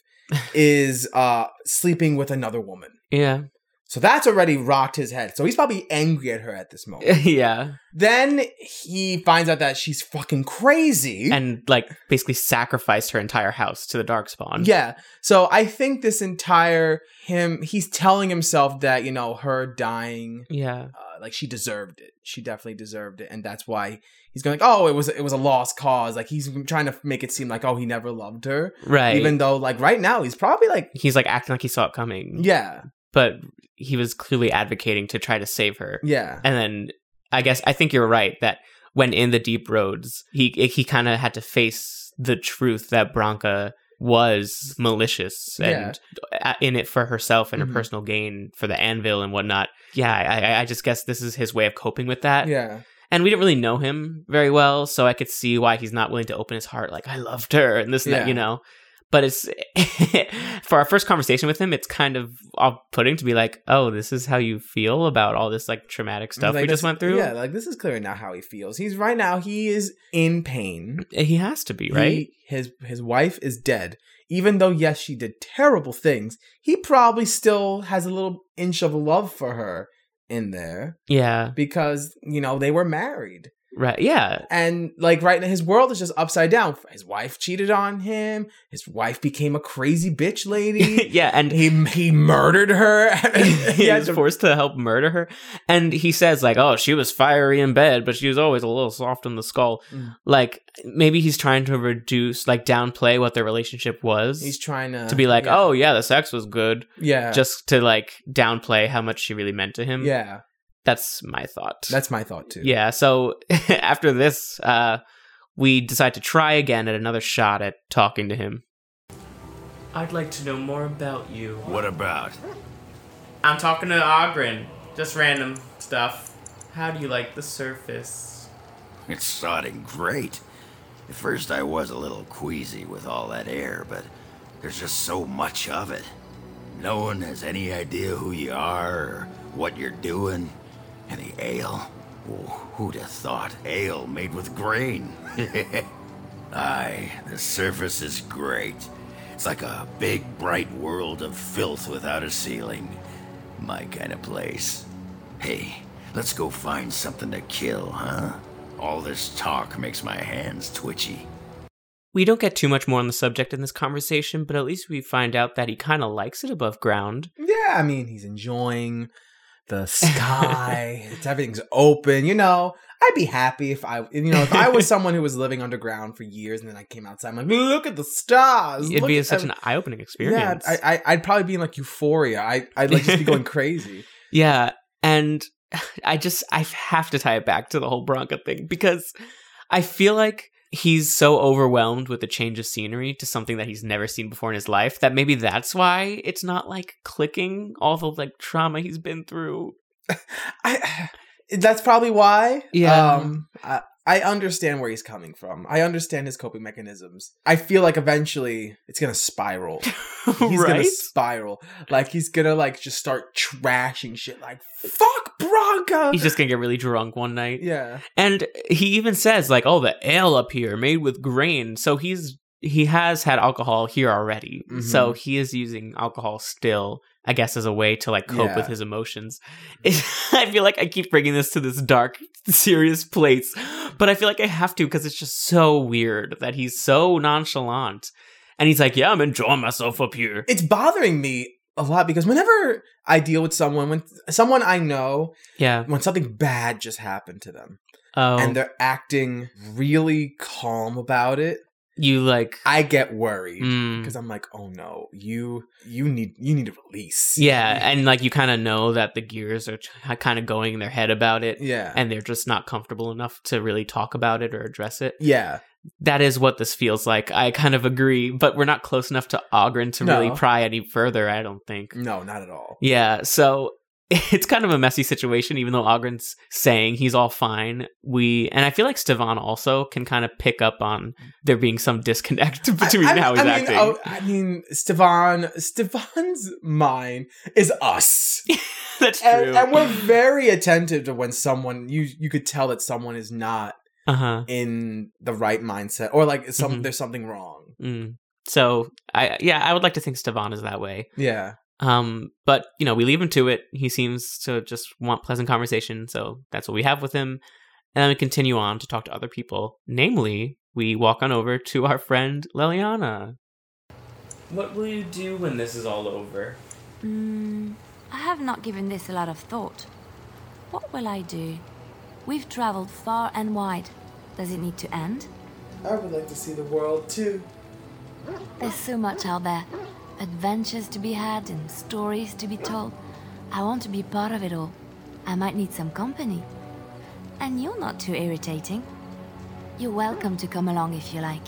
Speaker 2: is uh, sleeping with another woman.
Speaker 1: yeah,
Speaker 2: So that's already rocked his head. So he's probably angry at her at this moment.
Speaker 1: yeah,
Speaker 2: then he finds out that she's fucking crazy.
Speaker 1: and like basically sacrificed her entire house to the darkspawn.
Speaker 2: Yeah. So I think this entire him, he's telling himself that, you know, her dying,
Speaker 1: yeah.
Speaker 2: uh, like she deserved it. She definitely deserved it. And that's why he's going, like, oh, it was, it was a lost cause. Like he's trying to make it seem like, oh, he never loved her.
Speaker 1: Right.
Speaker 2: Even though, like, right now, he's probably like,
Speaker 1: he's like acting like he saw it coming.
Speaker 2: yeah,
Speaker 1: but he was clearly advocating to try to save her.
Speaker 2: yeah.
Speaker 1: And then I guess I think you're right that when in the deep roads, he he kind of had to face the truth that Bronca was malicious and a in it for herself and
Speaker 2: Mhm.
Speaker 1: her personal gain for the anvil and whatnot. Yeah, I, I- I just guess this is his way of coping with that.
Speaker 2: Yeah.
Speaker 1: And we didn't really know him very well, so I could see why he's not willing to open his heart. Like I loved her and this and
Speaker 2: Yeah.
Speaker 1: that, you know. But it's for our first conversation with him, it's kind of off-putting to be like, "Oh, this is how you feel about all this like traumatic stuff
Speaker 2: Like,
Speaker 1: we just
Speaker 2: this-
Speaker 1: went through."
Speaker 2: Yeah. Like, this is clearly not how he feels. He's right now, he is in pain.
Speaker 1: Eh, He has to be, right?
Speaker 2: He- his his wife is dead. Even though yes, she did terrible things, he probably still has a little inch of love for her in there
Speaker 1: yeah,
Speaker 2: because you know they were married.
Speaker 1: right. Yeah,
Speaker 2: And like right now, his world is just upside down. His wife cheated on him. His wife became a crazy bitch lady.
Speaker 1: yeah. And
Speaker 2: he he murdered her.
Speaker 1: he
Speaker 2: had
Speaker 1: was
Speaker 2: to-
Speaker 1: forced to help murder her, and he says like, "Oh, she was fiery in bed, but she was always a little soft in the skull."
Speaker 2: Mm.
Speaker 1: Like maybe he's trying to reduce, like downplay what their relationship was.
Speaker 2: He's trying to
Speaker 1: to be like,
Speaker 2: yeah,
Speaker 1: oh yeah, the sex was good,
Speaker 2: yeah,
Speaker 1: just to like downplay how much she really meant to him.
Speaker 2: yeah.
Speaker 1: that's my thought.
Speaker 2: That's my thought too.
Speaker 1: yeah. So after this, uh, we decide to try again at another shot at talking to him. I'd like to know more about you.
Speaker 9: What about?
Speaker 1: I'm talking to Ogren, just random stuff. How do you like the surface?
Speaker 9: It's sodding great. At first, I was a little queasy with all that air, but there's just so much of it. No one has any idea who you are or what you're doing. And the ale? Oh, who'd have thought ale made with grain? Aye, the surface is great. It's like a big, bright world of filth without a ceiling. My kind of place. Hey, let's go find something to kill, huh? All this talk makes my hands twitchy.
Speaker 1: We don't get too much more on the subject in this conversation, but at least we find out that he kind of likes it above ground.
Speaker 2: Yeah, I mean, he's enjoying the sky. it's, everything's open. You know, I'd be happy if I, you know, if I was someone who was living underground for years and then I came outside, I'm like, look at the stars.
Speaker 1: It'd
Speaker 2: Uh, look
Speaker 1: be
Speaker 2: at
Speaker 1: such
Speaker 2: every-"
Speaker 1: an eye-opening experience.
Speaker 2: Yeah, I, I, I'd probably be in like euphoria. I, I'd like just be going crazy.
Speaker 1: Yeah, and I just I have to tie it back to the whole Bronca thing because I feel like he's so overwhelmed with the change of scenery to something that he's never seen before in his life that maybe that's why it's not like clicking all the like trauma he's been through.
Speaker 2: I, that's probably why.
Speaker 1: Yeah.
Speaker 2: Um, I, I understand where he's coming from. I understand his coping mechanisms. I feel like eventually it's gonna spiral. he's gonna
Speaker 1: right?
Speaker 2: spiral. Like he's gonna like just start trashing shit. Like fuck Bronca.
Speaker 1: He's just gonna get really drunk one night.
Speaker 2: yeah,
Speaker 1: And he even says like, "Oh, the ale up here made with grain." So he's he has had alcohol here already.
Speaker 2: Mhm.
Speaker 1: So he is using alcohol still, I guess, as a way to like cope
Speaker 2: Yeah.
Speaker 1: with his emotions. I feel like I keep bringing this to this dark, serious place, but I feel like I have to because it's just so weird that he's so nonchalant. And he's like, "Yeah, I'm enjoying myself up here."
Speaker 2: it's bothering me a lot because whenever I deal with someone, when someone I know,
Speaker 1: Yeah.
Speaker 2: when something bad just happened to them
Speaker 1: Oh,
Speaker 2: and they're acting really calm about it,
Speaker 1: you like.
Speaker 2: I get worried
Speaker 1: mm.
Speaker 2: because I'm like, oh no, you you need you need a release.
Speaker 1: Yeah, and like you kind of know that the gears are kind of going in their head about it,
Speaker 2: yeah,
Speaker 1: and they're just not comfortable enough to really talk about it or address it.
Speaker 2: yeah.
Speaker 1: That is what this feels like. I kind of agree, but we're not close enough to Ogren to really
Speaker 2: No.
Speaker 1: pry any further. I don't think.
Speaker 2: No, not at all.
Speaker 1: Yeah, so it's kind of a messy situation, even though Ogren's saying he's all fine. We and I feel like Stevan also can kind of pick up on there being some disconnect between
Speaker 2: I- I-
Speaker 1: how he's
Speaker 2: I mean,
Speaker 1: acting.
Speaker 2: oh, I mean, Stefan, Stefan's mind is us,
Speaker 1: That's true.
Speaker 2: and, and we're very attentive to when someone you you could tell that someone is not
Speaker 1: uh huh.
Speaker 2: in the right mindset or like some
Speaker 1: Mhm.
Speaker 2: there's something wrong.
Speaker 1: Mm. So I yeah, I would like to think Stevan is that way.
Speaker 2: Yeah,
Speaker 1: Um, but you know, we leave him to it. He seems to just want pleasant conversation, so that's what we have with him. And then we continue on to talk to other people. Namely, we walk on over to our friend Leliana. What will you do when this is all over?
Speaker 10: Mm, I have not given this a lot of thought. What will I do? We've traveled far and wide. Does it need to end?
Speaker 7: I would like to see the world too.
Speaker 10: There's so much out there adventures to be had and stories to be told. I want to be part of it all. I might need some company. And you're not too irritating. You're welcome to come along if you like.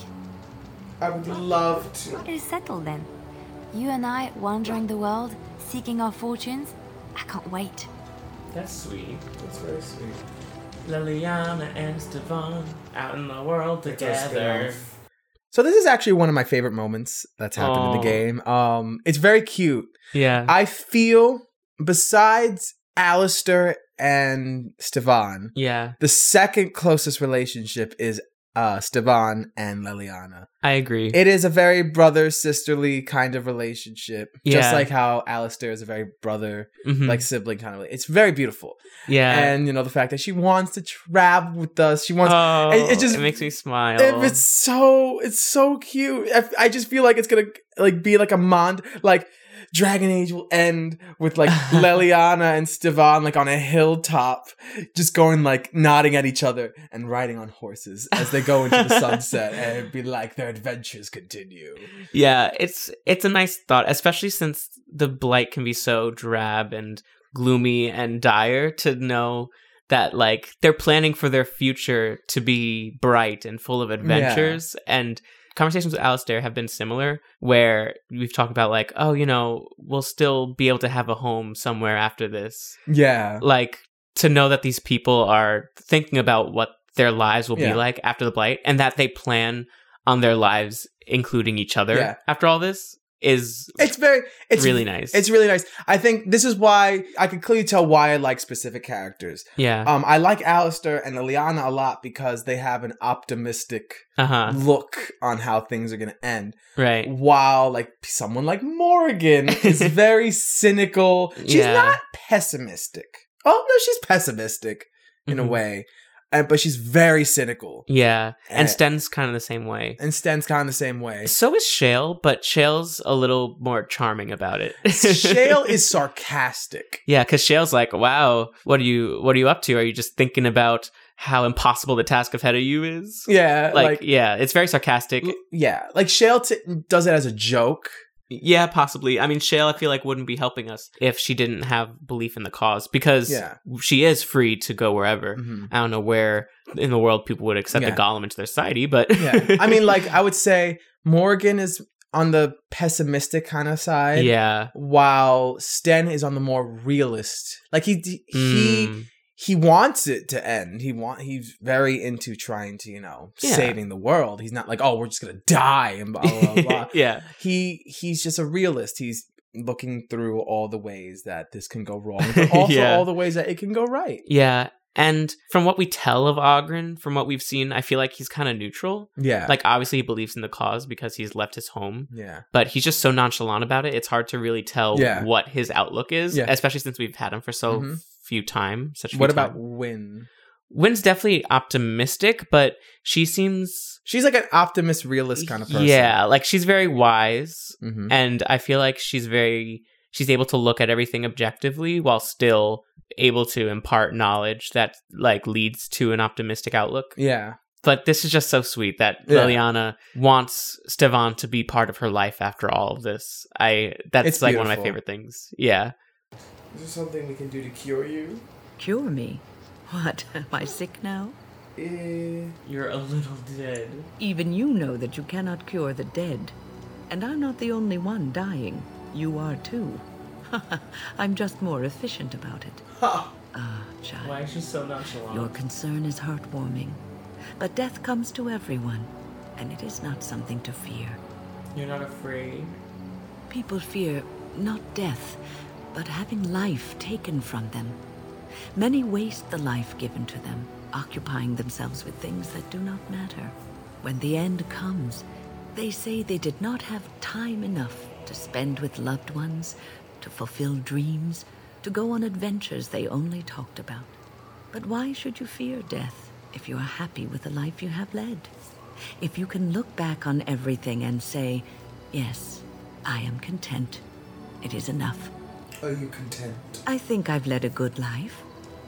Speaker 7: I would love to.
Speaker 10: It is settled then. You and I wandering the world, seeking our fortunes. I can't wait.
Speaker 1: That's sweet.
Speaker 7: That's very sweet.
Speaker 1: Leliana and Stevan out in the world
Speaker 7: does
Speaker 1: together.
Speaker 7: feel-
Speaker 2: so this is actually one of my favorite moments that's happened in
Speaker 1: Aw.
Speaker 2: the game. Um, it's very cute.
Speaker 1: Yeah.
Speaker 2: I feel besides Alistair and Stefan,
Speaker 1: yeah,
Speaker 2: The second closest relationship is uh Stevan and Leliana.
Speaker 1: I agree.
Speaker 2: It is a very brother sisterly kind of relationship.
Speaker 1: Yeah.
Speaker 2: Just like how Alistair is a very brother,
Speaker 1: Mhm.
Speaker 2: like sibling kind of rela- It's very beautiful.
Speaker 1: yeah.
Speaker 2: and you know, the fact that she wants to travel with us, she wants
Speaker 1: oh,
Speaker 2: it-
Speaker 1: it,
Speaker 2: it just-
Speaker 1: just makes me smile.
Speaker 2: if it's so it's so cute. I, I just feel like it's gonna like be like a mond like Dragon Age will end with like Leliana and Stevan like on a hilltop, just going like nodding at each other and riding on horses as they go into the sunset, and it'd be like their adventures continue.
Speaker 1: Yeah, it's it's a nice thought, especially since the blight can be so drab and gloomy and dire to know that like they're planning for their future to be bright and full of adventures and conversations with Alistair have been similar where we've talked about like, oh, you know, we'll still be able to have a home somewhere after this.
Speaker 2: Yeah,
Speaker 1: Like to know that these people are thinking about what their lives will
Speaker 2: Yeah.
Speaker 1: be like after the blight and that they plan on their lives including each other
Speaker 2: Yeah.
Speaker 1: after all this is
Speaker 2: it's very it's
Speaker 1: really nice
Speaker 2: It's really nice. I think this is why I can clearly tell why I like specific characters.
Speaker 1: yeah
Speaker 2: Um, I like Alistair and Leliana a lot because they have an optimistic
Speaker 1: uh-huh
Speaker 2: look on how things are going to end.
Speaker 1: right
Speaker 2: While like someone like Morgan is very cynical. She's
Speaker 1: Yeah.
Speaker 2: not pessimistic. Oh no, she's pessimistic in a
Speaker 1: Mhm.
Speaker 2: way, and, but she's very cynical.
Speaker 1: yeah and
Speaker 2: And-
Speaker 1: sten's kind of the same way
Speaker 2: Eh. And Sten's kind of the same way.
Speaker 1: so is shale but shale's a little more charming about it
Speaker 2: Shale is sarcastic.
Speaker 1: yeah because shale's like wow what are you what are you up to are you just thinking about how impossible the task ahead of you is
Speaker 2: Yeah,
Speaker 1: like,
Speaker 2: like,
Speaker 1: yeah it's very sarcastic
Speaker 2: yeah, like Shale t- does it as a joke.
Speaker 1: Yeah, possibly. I mean, Shale, I feel like wouldn't be helping us if she didn't have belief in the cause because
Speaker 2: Yeah.
Speaker 1: she is free to go wherever.
Speaker 2: Mhm.
Speaker 1: I don't know where in the world people would accept a
Speaker 2: Yeah.
Speaker 1: golem into their society, but
Speaker 2: Yeah, I mean, like I would say Morgan is on the pessimistic kind of side.
Speaker 1: yeah,
Speaker 2: while Sten is on the more realist. Like he he
Speaker 1: Mm.
Speaker 2: he wants it to end. He want he's very into trying to you know
Speaker 1: Yeah.
Speaker 2: saving the world. He's not like oh we're just gonna die and blah blah blah. blah.
Speaker 1: yeah,
Speaker 2: he he's just a realist. He's looking through all the ways that this can go wrong, but also
Speaker 1: Yeah.
Speaker 2: all the ways that it can go right.
Speaker 1: yeah. And from what we tell of Ogren, from what we've seen, I feel like he's kind of neutral.
Speaker 2: Yeah,
Speaker 1: Like, obviously, he believes in the cause because he's left his home,
Speaker 2: yeah,
Speaker 1: but he's just so nonchalant about it. It's hard to really tell
Speaker 2: Yeah.
Speaker 1: what his outlook is,
Speaker 2: Yeah.
Speaker 1: especially since we've had him for so
Speaker 2: Mhm.
Speaker 1: few time. Such
Speaker 2: What
Speaker 1: few
Speaker 2: about
Speaker 1: time.
Speaker 2: Win?
Speaker 1: Wynn's definitely optimistic, but she seems
Speaker 2: She's like an optimist, realist kind of person.
Speaker 1: Yeah, like she's very wise,
Speaker 2: hmm
Speaker 1: and I feel like she's very she's able to look at everything objectively while still able to impart knowledge that like leads to an optimistic outlook.
Speaker 2: Yeah.
Speaker 1: But this is just so sweet that
Speaker 2: Yeah.
Speaker 1: Liliana wants Stevan to be part of her life after all of this. I that's
Speaker 2: It's
Speaker 1: like one of my
Speaker 2: beautiful.
Speaker 1: favorite things. Yeah.
Speaker 7: Is there something we can do to cure you?
Speaker 11: Cure me? What? Am I sick now?
Speaker 3: Eh, You're a little dead.
Speaker 11: Even you know that you cannot cure the dead. And I'm not the only one dying. You are too. I'm just more efficient about it.
Speaker 3: Ha!
Speaker 11: Ah, child.
Speaker 3: Why is she so nonchalant?
Speaker 11: Your concern is heartwarming. But death comes to everyone, and it is not something to fear.
Speaker 3: You're not afraid.
Speaker 11: People fear not death, but having life taken from them. Many waste the life given to them, occupying themselves with things that do not matter. When the end comes, they say they did not have time enough to spend with loved ones, to fulfill dreams, to go on adventures they only talked about. But why should you fear death if you are happy with the life you have led? If you can look back on everything and say, Yes, I am content. It is enough.
Speaker 7: Are you content?
Speaker 11: I think I've led a good life,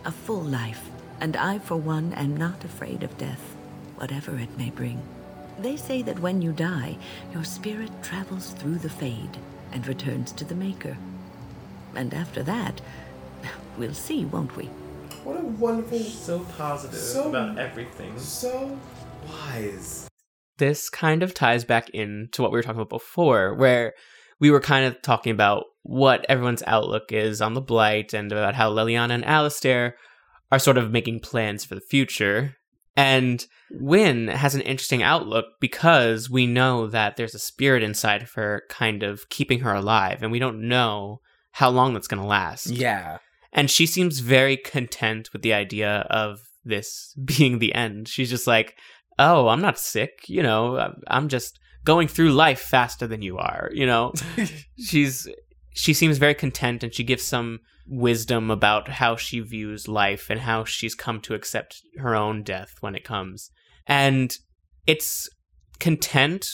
Speaker 11: a full life, and I, for one, am not afraid of death, whatever it may bring. They say that when you die, your spirit travels through the fade and returns to the Maker. And after that, we'll see, won't we?
Speaker 7: What a wonderful.
Speaker 3: So positive
Speaker 7: So-
Speaker 3: about everything.
Speaker 7: So wise.
Speaker 1: this kind of ties back in to what we were talking about before, where we were kind of talking about what everyone's outlook is on the blight and about how Leliana and Alistair are sort of making plans for the future. And Wynne has an interesting outlook because we know that there's a spirit inside of her kind of keeping her alive, and we don't know how long that's going to last.
Speaker 2: Yeah.
Speaker 1: And she seems very content with the idea of this being the end. She's just like, oh, I'm not sick. You know, I'm- I'm just going through life faster than you are. You know, she's she seems very content and she gives some wisdom about how she views life and how she's come to accept her own death when it comes. And it's content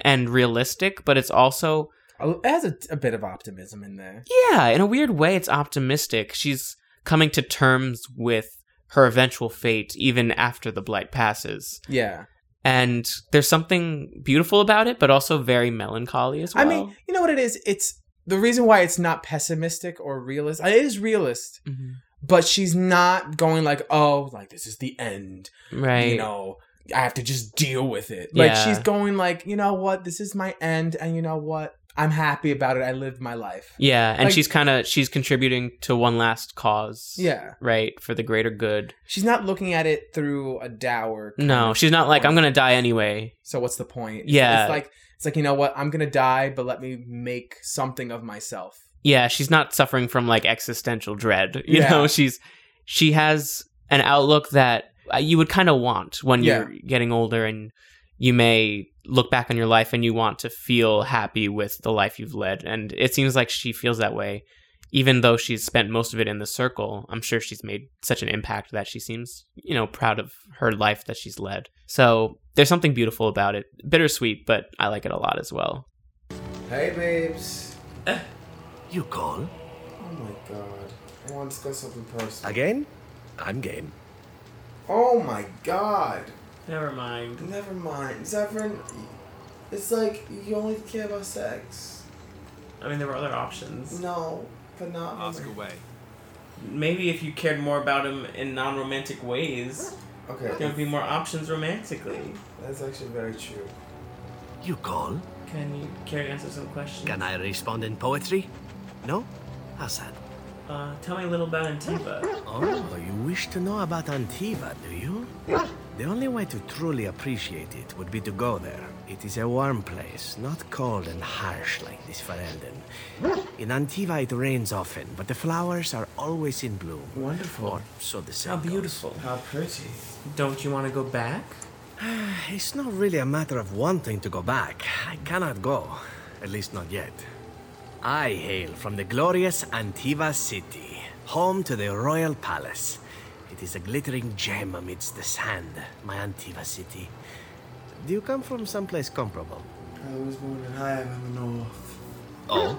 Speaker 1: and realistic, but it's also
Speaker 2: Oh, It has a, a bit of optimism in there.
Speaker 1: yeah, in a weird way, it's optimistic. She's coming to terms with her eventual fate even after the blight passes.
Speaker 2: Yeah.
Speaker 1: And there's something beautiful about it, but also very melancholy as well.
Speaker 2: I mean, you know what it is? It's the reason why it's not pessimistic or realist. It is realist,
Speaker 1: Mm-hmm.
Speaker 2: but she's not going like, oh, like this is the end.
Speaker 1: Right.
Speaker 2: You know, I have to just deal with it. Like
Speaker 1: Yeah.
Speaker 2: she's going like, you know what? This is my end, and you know what? I'm happy about it. I lived my life.
Speaker 1: yeah, and
Speaker 2: like-
Speaker 1: she's kind of she's contributing to one last cause.
Speaker 2: Yeah.
Speaker 1: right for the greater good.
Speaker 2: She's not looking at it through a dour. kind
Speaker 1: No,
Speaker 2: of
Speaker 1: she's not like I'm
Speaker 2: point.
Speaker 1: gonna die anyway.
Speaker 2: So what's the point? It's-
Speaker 1: Yeah.
Speaker 2: It's like it's like you know what? I'm gonna die, but let me make something of myself.
Speaker 1: yeah, she's not suffering from like existential dread. You
Speaker 2: Yeah.
Speaker 1: know, she's she has an outlook that uh, you would kind of want when
Speaker 2: Yeah.
Speaker 1: you're getting older and you may look back on your life and you want to feel happy with the life you've led. And it seems like she feels that way even though she's spent most of it in the circle. I'm sure she's made such an impact that she seems, you know, proud of her life that she's led. So, there's something beautiful about it. Bittersweet, but I like it a lot as well.
Speaker 7: Hey, babes.
Speaker 9: Eh, You call?
Speaker 7: Oh my god. I want to discuss something personal.
Speaker 9: Again? I'm game.
Speaker 7: Oh my god.
Speaker 3: Never mind.
Speaker 7: Never mind. Zephyrin, it's like you only care about sex.
Speaker 3: I mean, there were other options.
Speaker 7: No, but not.
Speaker 5: Ask away.
Speaker 3: Maybe if you cared more about him in non-romantic ways, there
Speaker 7: Okay,
Speaker 3: would be more options romantically.
Speaker 7: that's actually very true.
Speaker 9: You call?
Speaker 3: Can you care to answer some questions?
Speaker 9: Can I respond in poetry? No? How's that?
Speaker 3: Uh, tell me a little about Antiva.
Speaker 9: Oh, you wish to know about Antiva, do you? The only way to truly appreciate it would be to go there. It is a warm place, not cold and harsh like this Ferelden. In Antiva, it rains often, but the flowers are always in bloom. Wonderful. Or so the
Speaker 3: How
Speaker 9: saying goes.
Speaker 3: beautiful.
Speaker 7: How pretty.
Speaker 3: Don't you want to go back?
Speaker 9: It's not really a matter of wanting to go back. I cannot go, at least not yet. I hail from the glorious Antiva city, home to the royal palace. It is a glittering gem amidst the sand, my Antiva city. Do you come from someplace comparable?
Speaker 7: I was born in Higham in the north.
Speaker 12: Oh,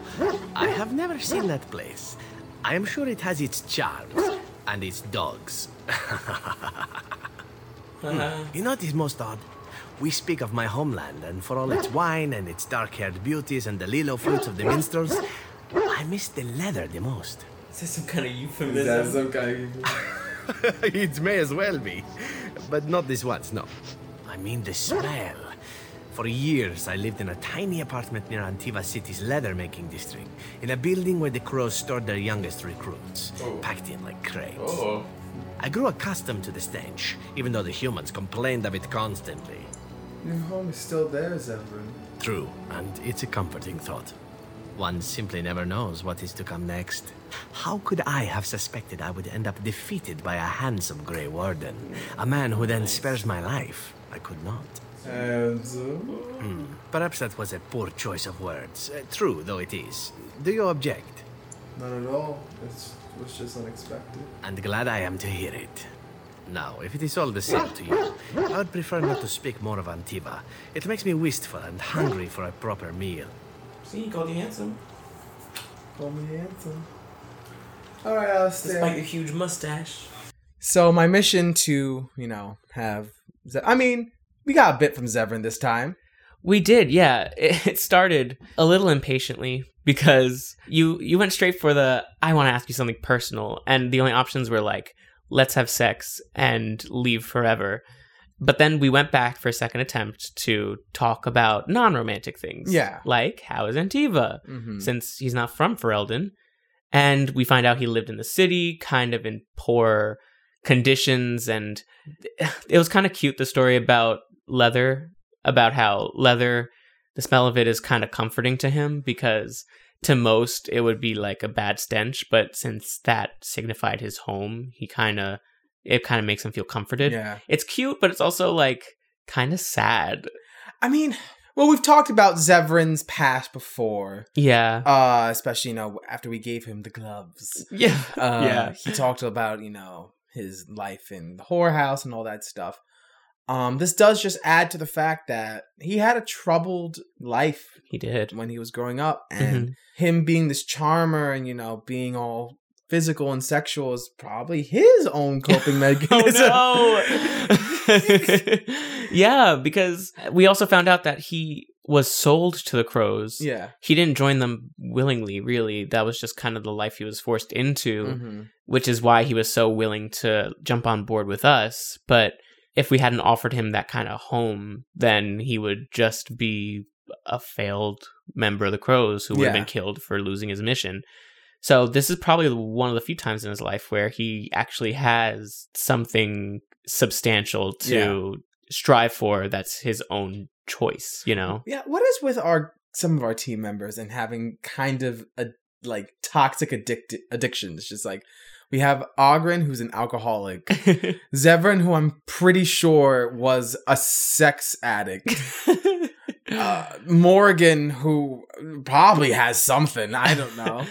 Speaker 12: I have never seen that place. I am sure it has its charms and its dogs. Hmm, You know what is most odd? We speak of my homeland, and for all its wine and its dark haired beauties and the lilo fruits of the minstrels, I miss the leather the most.
Speaker 3: Is that some kind of euphemism?
Speaker 12: That's
Speaker 7: some kind
Speaker 12: it may as well be. But not this once, no. I mean the smell. For years, I lived in a tiny apartment near Antiva City's leather making district, in a building where the crows stored their youngest recruits, packed in like crates.
Speaker 7: Oh.
Speaker 12: I grew accustomed to the stench, even though the humans complained of it constantly.
Speaker 7: Your home is still there, Zevran.
Speaker 12: True, and it's a comforting thought. One simply never knows what is to come next. How could I have suspected I would end up defeated by a handsome Grey Warden? A man who then spares my life? I could not.
Speaker 7: And
Speaker 12: Hmm, Perhaps that was a poor choice of words. Uh, true, though it is. Do you object?
Speaker 7: not at all. It's, it was just unexpected.
Speaker 12: And glad I am to hear it. Now, if it is all the same to you, I would prefer not to speak more of Antiva. It makes me wistful and hungry for a proper meal.
Speaker 3: See, he called you handsome.
Speaker 7: Call me handsome. All right, Alistair.
Speaker 3: Despite your huge mustache.
Speaker 2: So my mission to, you know, have. Ze- I mean, we got a bit from Zevran this time.
Speaker 1: We did, yeah. It it started a little impatiently because you you went straight for the I want to ask you something personal, and the only options were like let's have sex and leave forever. But then we went back for a second attempt to talk about non-romantic things,
Speaker 2: Yeah.
Speaker 1: like how is Antiva
Speaker 2: Mhm.
Speaker 1: since he's not from Ferelden, and we find out he lived in the city, kind of in poor conditions, and it was kind of cute the story about leather about how leather the smell of it is kind of comforting to him because to most it would be like a bad stench but since that signified his home he kind of it kind of makes him feel comforted
Speaker 2: Yeah.
Speaker 1: it's cute but it's also like kind of sad
Speaker 2: I mean, well, we've talked about Zevran's past before.
Speaker 1: yeah
Speaker 2: Uh, especially you know after we gave him the gloves.
Speaker 1: Yeah.
Speaker 2: Uh,
Speaker 1: Yeah.
Speaker 2: He talked about you know his life in the whorehouse and all that stuff. Um, this does just add to the fact that he had a troubled life.
Speaker 1: He did Mm-hmm.
Speaker 2: when he was growing up, and him being this charmer and you know being all physical and sexual is probably his own coping mechanism.
Speaker 1: Oh, yeah because we also found out that he was sold to the crows
Speaker 2: Yeah.
Speaker 1: he didn't join them willingly really that was just kind of the life he was forced into
Speaker 2: Mhm.
Speaker 1: which is why he was so willing to jump on board with us but if we hadn't offered him that kind of home then he would just be a failed member of the crows who would have
Speaker 2: Yeah.
Speaker 1: been killed for losing his mission so this is probably one of the few times in his life where he actually has something substantial to strive for that's his own choice you know
Speaker 2: Yeah, what is with our some of our team members and having kind of a like toxic addict addictions? Just like we have Ogren, who's an alcoholic, Zevran, who I'm pretty sure was a sex addict. Uh, Morgan, who probably has something. I don't know.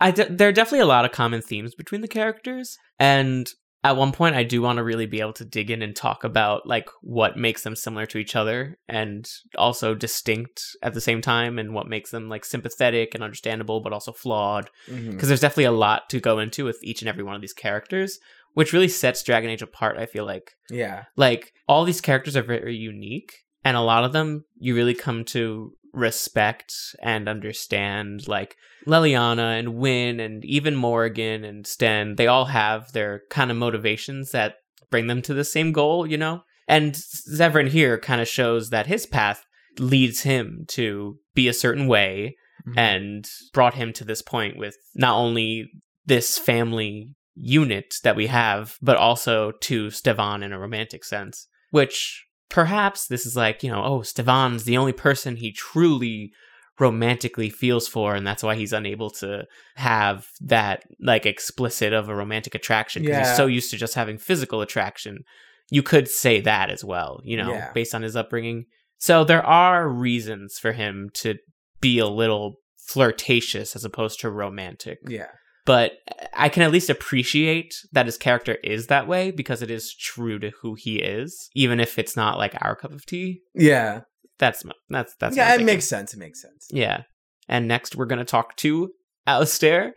Speaker 1: I de- there are definitely a lot of common themes between the characters, and at one point, I do want to really be able to dig in and talk about like what makes them similar to each other, and also distinct at the same time, and what makes them like sympathetic and understandable, but also flawed. Because
Speaker 2: Mhm.
Speaker 1: there's definitely a lot to go into with each and every one of these characters, which really sets Dragon Age apart. I feel like
Speaker 2: Yeah.
Speaker 1: like all these characters are very unique and a lot of them you really come to respect and understand like Leliana and Win and even Morgan and Sten they all have their kind of motivations that bring them to the same goal you know and Zevran here kind of shows that his path leads him to be a certain way and brought him to this point with not only this family unit that we have, but also to Stevan in a romantic sense, which perhaps this is like, you know, oh, Stevan's the only person he truly romantically feels for and that's why he's unable to have that like explicit of a romantic attraction because
Speaker 2: Yeah.
Speaker 1: he's so used to just having physical attraction you could say that as well you know
Speaker 2: Yeah.
Speaker 1: based on his upbringing so there are reasons for him to be a little flirtatious as opposed to romantic
Speaker 2: Yeah.
Speaker 1: but I can at least appreciate that his character is that way because it is true to who he is, even if it's not like our cup of tea.
Speaker 2: Yeah.
Speaker 1: That's my, that's that's
Speaker 2: yeah,
Speaker 1: my
Speaker 2: it
Speaker 1: thinking.
Speaker 2: makes sense. It makes sense.
Speaker 1: Yeah, And next, we're going to talk to Alistair,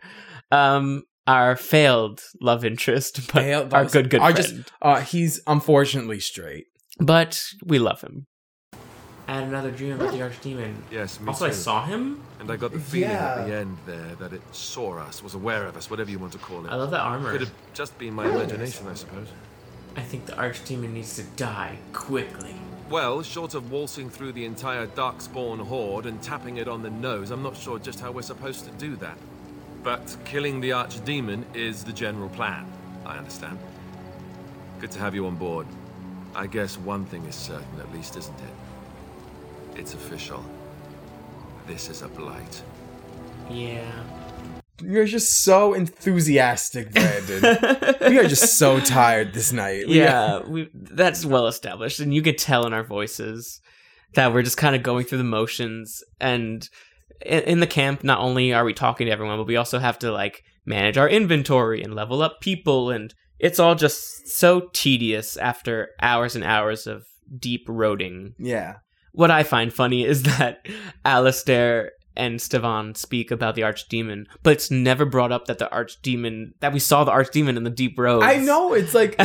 Speaker 1: um, our failed love interest, but
Speaker 2: Failed-
Speaker 1: our good, good
Speaker 2: I
Speaker 1: friend.
Speaker 2: just- uh, he's unfortunately straight.
Speaker 1: But we love him. At another dream uh, about the archdemon.
Speaker 13: Yes, me
Speaker 1: Also, I
Speaker 13: too.
Speaker 1: saw him.
Speaker 13: And I got the feeling
Speaker 1: Yeah.
Speaker 13: at the end there that it saw us, was aware of us, whatever you want to call it.
Speaker 1: I love that armor.
Speaker 13: Could have just been my
Speaker 1: Really nice
Speaker 13: imagination, I suppose.
Speaker 1: I think the archdemon needs to die quickly.
Speaker 13: Well, short of waltzing through the entire Darkspawn horde and tapping it on the nose, I'm not sure just how we're supposed to do that. But killing the Archdemon is the general plan, I understand. Good to have you on board. I guess one thing is certain, at least, isn't it? It's official. This is a blight.
Speaker 1: Yeah.
Speaker 2: You're just so enthusiastic, Brandon. we are just so tired this night. We
Speaker 1: yeah,
Speaker 2: are-
Speaker 1: we, that's well established, and you could tell in our voices that we're just kind of going through the motions. And in, in the camp, not only are we talking to everyone, but we also have to like manage our inventory and level up people, and it's all just so tedious after hours and hours of deep roading.
Speaker 2: yeah.
Speaker 1: What I find funny is that Alistair and Stevan speak about the archdemon, but it's never brought up that the archdemon that we saw the archdemon in the deep road.
Speaker 2: I know. It's like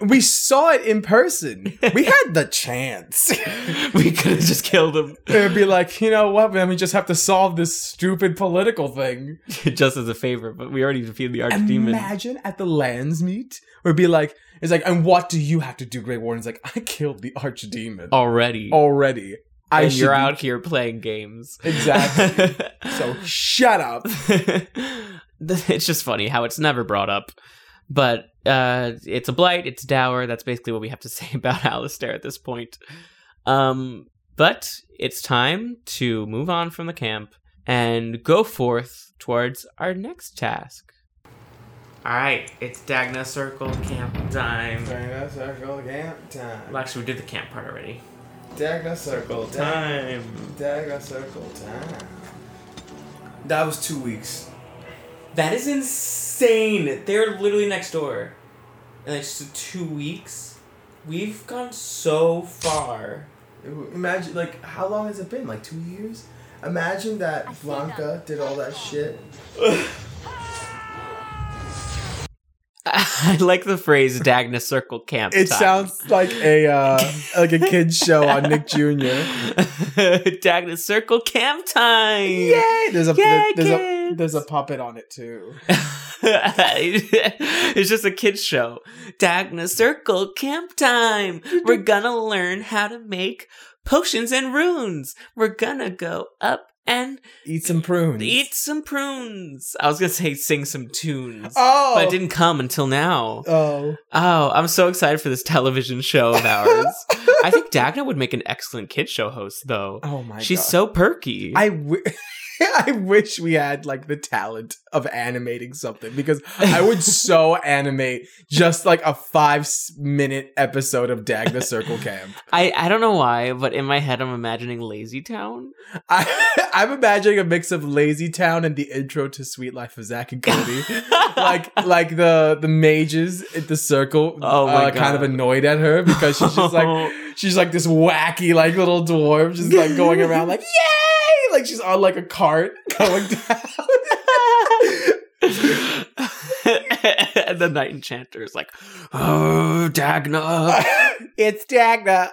Speaker 2: we saw it in person. We had the chance.
Speaker 1: we could have just killed him.
Speaker 2: It'd be like, you know what, man? We just have to solve this stupid political thing.
Speaker 1: just as a favor, but we already defeated the archdemon.
Speaker 2: Imagine at the lands meet, or be like, it's like, and what do you have to do, Grey Warden's like, I killed the archdemon
Speaker 1: already.
Speaker 2: Already, I
Speaker 1: and you're
Speaker 2: should be-
Speaker 1: out here playing games.
Speaker 2: Exactly. so shut up.
Speaker 1: it's just funny how it's never brought up. But uh, it's a blight, it's dour. That's basically what we have to say about Alistair at this point. Um, but it's time to move on from the camp and go forth towards our next task. All right, it's Dagna Circle camp time.
Speaker 7: Dagna Circle camp time.
Speaker 1: Well, actually, we did the camp part already.
Speaker 7: Dagger circle
Speaker 1: time.
Speaker 7: Dagger circle time. That was two weeks.
Speaker 1: That is insane. They're literally next door. And it's just two weeks. We've gone so far.
Speaker 7: Imagine, like, how long has it been? Like two years? Imagine that Blanca did all that shit.
Speaker 1: I like the phrase Dagna Circle Camp.
Speaker 2: It
Speaker 1: time.
Speaker 2: sounds like a uh, like a kids show on Nick Jr.
Speaker 1: Dagna Circle Camp time.
Speaker 2: Yay! There's a
Speaker 1: Yay,
Speaker 2: there's a
Speaker 1: kids!
Speaker 2: there's a puppet on it too.
Speaker 1: it's just a kids show. Dagna Circle Camp Time. We're gonna learn how to make potions and runes. We're gonna go up and
Speaker 2: eat some prunes.
Speaker 1: Eat some prunes. I was gonna say sing some tunes.
Speaker 2: Oh.
Speaker 1: but it didn't come until now.
Speaker 2: Oh.
Speaker 1: Oh, I'm so excited for this television show of ours. I think Dagna would make an excellent kid show host, though.
Speaker 2: Oh my
Speaker 1: she's
Speaker 2: God.
Speaker 1: so perky.
Speaker 2: I wi- I wish we had like the talent of animating something because I would so animate just like a five s- minute episode of Dag the Circle Camp.
Speaker 1: I, I don't know why, but in my head I'm imagining Lazy Town.
Speaker 2: I, I'm imagining a mix of Lazy Town and the intro to Sweet Life of Zach and Cody, like like the the mages at the circle,
Speaker 1: Oh my
Speaker 2: uh, kind of
Speaker 1: God.
Speaker 2: annoyed at her because she's just like she's like this wacky like little dwarf, just like going around like yay, like she's on like a cart going
Speaker 1: and the Night Enchanter is like, oh, Dagna.
Speaker 2: it's Dagna.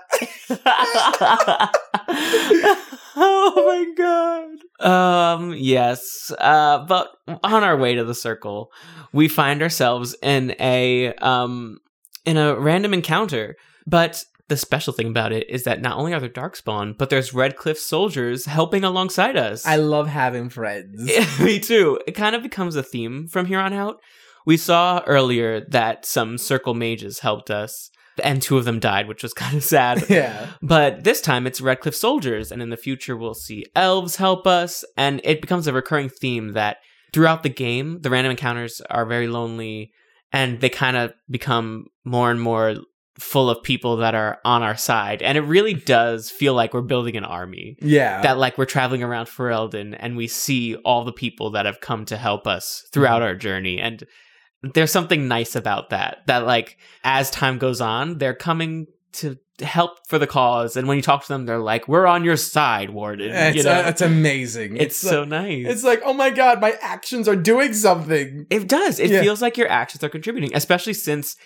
Speaker 1: oh my god. Um, yes. Uh, but on our way to the circle, we find ourselves in a um in a random encounter. But the special thing about it is that not only are there darkspawn, but there's Redcliffe soldiers helping alongside us.
Speaker 2: I love having friends.
Speaker 1: Me too. It kind of becomes a theme from here on out. We saw earlier that some circle mages helped us, and two of them died, which was kind of sad.
Speaker 2: Yeah.
Speaker 1: But this time it's Redcliffe soldiers, and in the future we'll see elves help us, and it becomes a recurring theme that throughout the game, the random encounters are very lonely, and they kind of become more and more full of people that are on our side. And it really does feel like we're building an army.
Speaker 2: Yeah.
Speaker 1: That like we're traveling around Ferelden and we see all the people that have come to help us
Speaker 2: Mm-hmm.
Speaker 1: throughout our journey. And there's something nice about that. That like as time goes on, they're coming to help for the cause. And when you talk to them, they're like, "We're on your side, Warden."
Speaker 2: It's,
Speaker 1: you know?
Speaker 2: uh, it's amazing.
Speaker 1: It's, so
Speaker 2: like-
Speaker 1: nice.
Speaker 2: It's like, oh my god, my actions are doing something.
Speaker 1: It does. It
Speaker 2: Yeah.
Speaker 1: feels like your actions are contributing, especially since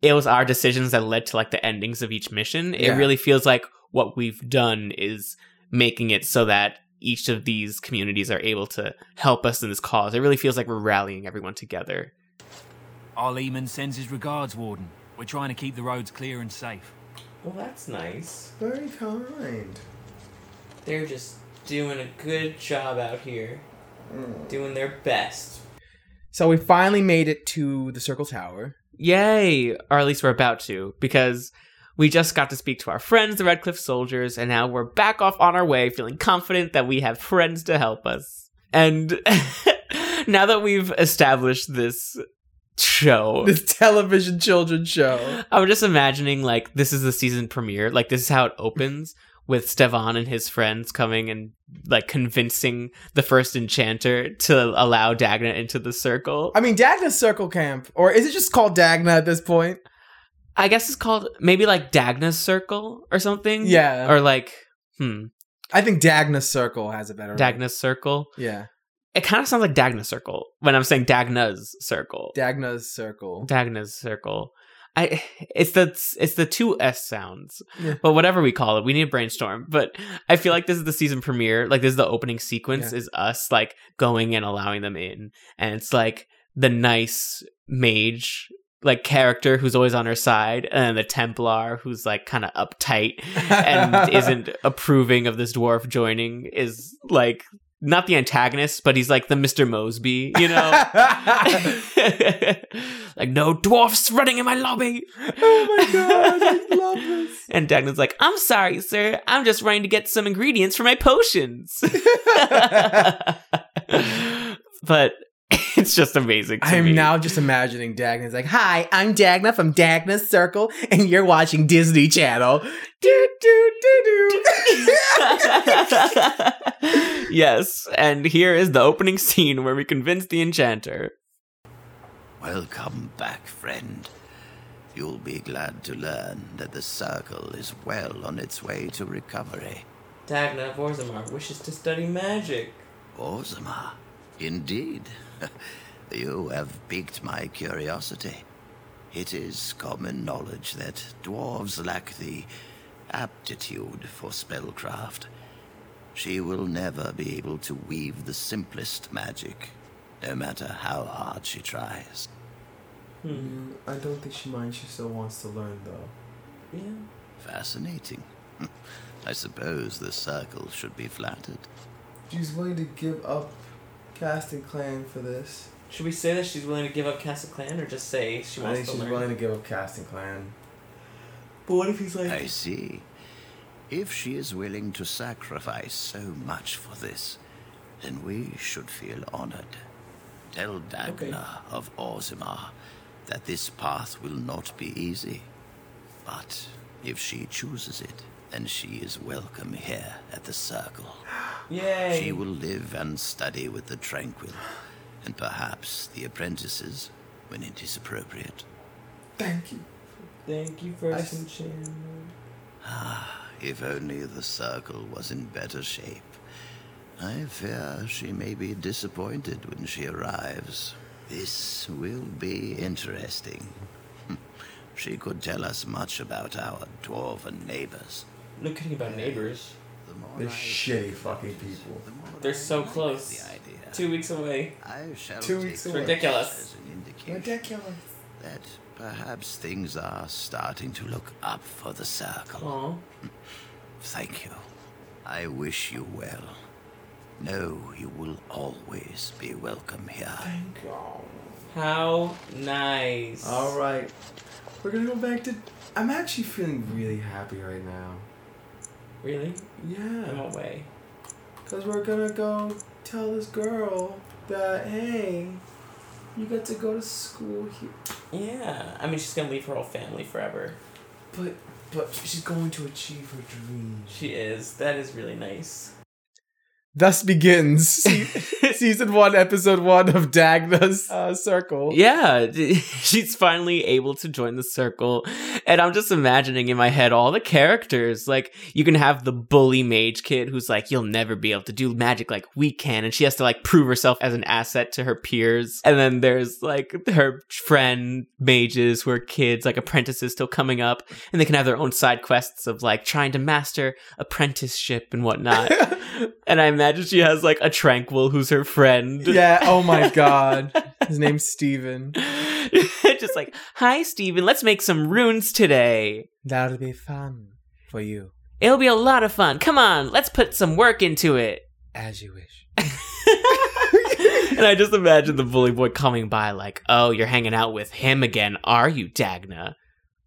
Speaker 1: it was our decisions that led to like the endings of each mission. It
Speaker 2: Yeah.
Speaker 1: really feels like what we've done is making it so that each of these communities are able to help us in this cause. It really feels like we're rallying everyone together.
Speaker 14: Our Lehman sends his regards, Warden. We're trying to keep the roads clear and safe.
Speaker 1: Well, that's nice.
Speaker 7: Very kind.
Speaker 1: They're just doing a good job out here,
Speaker 7: Mm.
Speaker 1: doing their best.
Speaker 2: So we finally made it to the Circle Tower.
Speaker 1: Yay! Or at least we're about to, because we just got to speak to our friends, the Redcliffe soldiers, and now we're back off on our way, feeling confident that we have friends to help us. And now that we've established this show,
Speaker 2: This television children's show.
Speaker 1: I'm just imagining like this is the season premiere. Like this is how it opens with Stevan and his friends coming and like convincing the first enchanter to allow Dagna into the circle.
Speaker 2: I mean, Dagna's Circle Camp, or is it just called Dagna at this point?
Speaker 1: I guess it's called maybe like Dagna's Circle or something.
Speaker 2: Yeah.
Speaker 1: Or like, hmm,
Speaker 2: I think Dagna's Circle has a better
Speaker 1: Dagna's Circle.
Speaker 2: Yeah.
Speaker 1: It kind of sounds like Dagna's Circle when I'm saying Dagna's Circle.
Speaker 2: Dagna's Circle.
Speaker 1: Dagna's Circle. I it's the it's the two S sounds.
Speaker 2: Yeah.
Speaker 1: But whatever we call it, we need to brainstorm. But I feel like this is the season premiere. Like this is the opening sequence
Speaker 2: Yeah.
Speaker 1: is us like going and allowing them in. And it's like the nice mage like character who's always on her side and the Templar who's like kind of uptight and isn't approving of this dwarf joining is like not the antagonist, but he's like the Mr. Mosby, you know? like no dwarfs running in my lobby.
Speaker 2: Oh my god, I love this.
Speaker 1: And Dagna's like, I'm sorry, sir. I'm just running to get some ingredients for my potions. but it's just amazing. To
Speaker 2: I
Speaker 1: me.
Speaker 2: am now just imagining Dagna's like, "Hi, I'm Dagna from Dagna's Circle, and you're watching Disney Channel." Do do do do.
Speaker 1: yes. And here is the opening scene where we convince the enchanter.
Speaker 9: Welcome back, friend. You'll be glad to learn that the circle is well on its way to recovery.
Speaker 1: Dagna Vorzamar wishes to study magic.
Speaker 9: Orzama, indeed. you have piqued my curiosity. It is common knowledge that dwarves lack the aptitude for spellcraft. She will never be able to weave the simplest magic, no matter how hard she tries.
Speaker 1: Hmm.
Speaker 7: Mm, I don't think she minds. She still wants to learn, though.
Speaker 1: Yeah.
Speaker 9: Fascinating. I suppose the circle should be flattered.
Speaker 7: She's willing to give up casting clan for this.
Speaker 1: Should we say that she's willing to give up Castle Clan or just say she
Speaker 7: I
Speaker 1: wants
Speaker 7: think
Speaker 1: to
Speaker 7: she's
Speaker 1: learn?
Speaker 7: willing to give up casting clan.
Speaker 1: But what if he's like,
Speaker 9: I see. If she is willing to sacrifice so much for this, then we should feel honored. Tell Dagna of Orzammar that this path will not be easy. But if she chooses it, then she is welcome here at the Circle.
Speaker 1: Yay!
Speaker 9: She will live and study with the Tranquil, and perhaps the apprentices when it is appropriate.
Speaker 7: Thank you.
Speaker 1: Thank you for
Speaker 7: some
Speaker 9: Ah, if only the circle was in better shape. I fear she may be disappointed when she arrives. This will be interesting. she could tell us much about our dwarven neighbors.
Speaker 1: look at about neighbors?
Speaker 7: They're shitty fucking people.
Speaker 1: They're so close. Two weeks away.
Speaker 9: I shall
Speaker 7: Two
Speaker 9: take
Speaker 7: weeks
Speaker 9: this
Speaker 7: away.
Speaker 1: Ridiculous.
Speaker 9: as an indication that perhaps things are starting to look up for the circle. Thank you. I wish you well. Know you will always be welcome here.
Speaker 7: Thank God.
Speaker 1: How nice.
Speaker 7: All right. We're gonna go back to. I'm actually feeling really happy right now.
Speaker 1: Really?
Speaker 7: Yeah.
Speaker 1: In what way?
Speaker 7: Because we're gonna go tell this girl that, hey, you got to go to school here.
Speaker 1: Yeah. I mean, she's gonna leave her whole family forever.
Speaker 7: But, but she's going to achieve her dream.
Speaker 1: She is. That is really nice.
Speaker 2: Thus begins se- season one, episode one of Dagna's uh, Circle.
Speaker 1: Yeah, she's finally able to join the circle. And I'm just imagining in my head all the characters. Like, you can have the bully mage kid who's like, you'll never be able to do magic like we can. And she has to, like, prove herself as an asset to her peers. And then there's, like, her friend mages who are kids, like apprentices still coming up. And they can have their own side quests of, like, trying to master apprenticeship and whatnot. and I imagine she has, like, a tranquil who's her friend.
Speaker 2: Yeah, oh my god. His name's Steven.
Speaker 1: just like, hi, Steven, let's make some runes today.
Speaker 2: That'll be fun for you.
Speaker 1: It'll be a lot of fun. Come on, let's put some work into it.
Speaker 2: As you wish.
Speaker 1: And I just imagine the bully boy coming by, like, oh, you're hanging out with him again, are you, Dagna?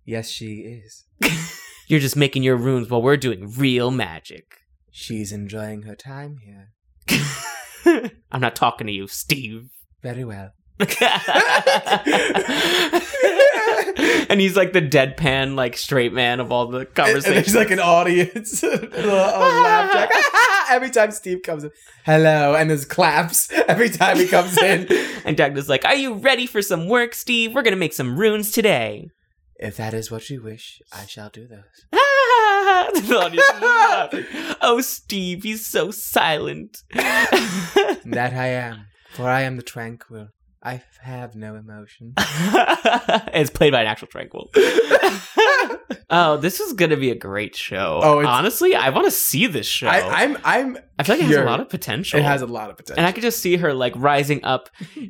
Speaker 2: Yes, she is.
Speaker 1: You're just making your runes while we're doing real magic.
Speaker 2: She's enjoying her time here.
Speaker 1: I'm not talking to you, Steve.
Speaker 2: Very well.
Speaker 1: And he's like the deadpan, like straight man of all the
Speaker 2: And
Speaker 1: conversations.
Speaker 2: there's like an audience. a little- a laugh track. Every time Steve comes in, hello, and there's claps every time he comes in.
Speaker 1: and Dagna's like, Are you ready for some work, Steve? We're gonna make some runes today.
Speaker 2: If that is what you wish, I shall do those.
Speaker 1: The audience is laughing. oh, Steve, he's so silent.
Speaker 2: that I am, for I am the tranquil. I have no emotion.
Speaker 1: it's played by an actual tranquil. oh, this is gonna be a great show.
Speaker 2: Oh,
Speaker 1: Oh,
Speaker 2: it's-
Speaker 1: honestly, I want to see this show.
Speaker 2: I, I'm, I'm.
Speaker 1: I feel like it has a
Speaker 2: cured.
Speaker 1: lot of potential.
Speaker 2: It has a lot of potential.
Speaker 1: And I could just see her like rising up,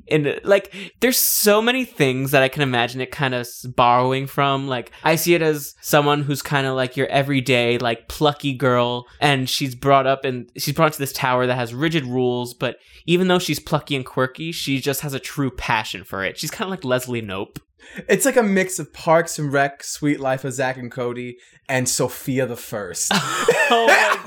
Speaker 1: and like there's so many things that I can imagine it kind of borrowing from. Like I see it as someone who's kind of like your everyday like plucky girl, and she's brought up and she's brought to this tower that has rigid rules, but even though she's plucky and quirky, she just has a true passion for it. She's kind of like Leslie Nope.
Speaker 2: It's like a mix of Parks and Rec, Sweet Life of Zach and Cody, and Sophia the First. all,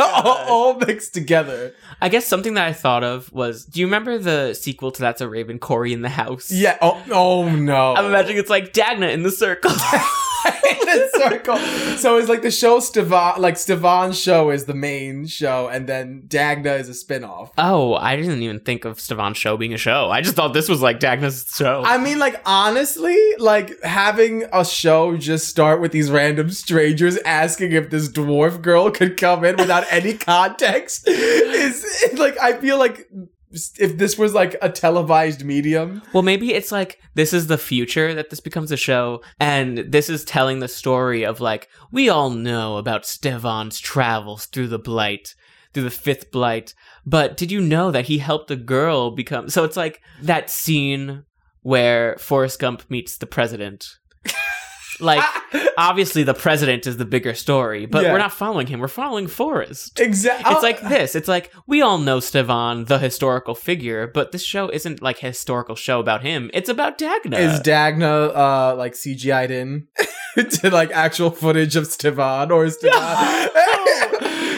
Speaker 2: all mixed together.
Speaker 1: I guess something that I thought of was, do you remember the sequel to That's a Raven, Corey in the House?
Speaker 2: Yeah. Oh, oh no.
Speaker 1: I'm imagining it's like Dagna in the circle.
Speaker 2: the circle. So it's like the show Stevan, like Stevan's show is the main show, and then Dagna is a spin-off.
Speaker 1: Oh, I didn't even think of Stevan's show being a show. I just thought this was like Dagna's show.
Speaker 2: I mean, like honestly, like having a show just start with these random strangers asking if this dwarf girl could come in without any context is like I feel like if this was like a televised medium,
Speaker 1: well, maybe it's like this is the future that this becomes a show, and this is telling the story of like we all know about Stevan's travels through the blight, through the fifth blight. But did you know that he helped a girl become? So it's like that scene where Forrest Gump meets the president. like obviously the president is the bigger story, but
Speaker 2: Yeah.
Speaker 1: we're not following him. We're following Forrest.
Speaker 2: exactly.
Speaker 1: It's like this. It's like we all know Stevan, the historical figure, but this show isn't like a historical show about him. It's about Dagna.
Speaker 2: Is Dagna uh like CGI'd in to like actual footage of Stevan or is Stevan?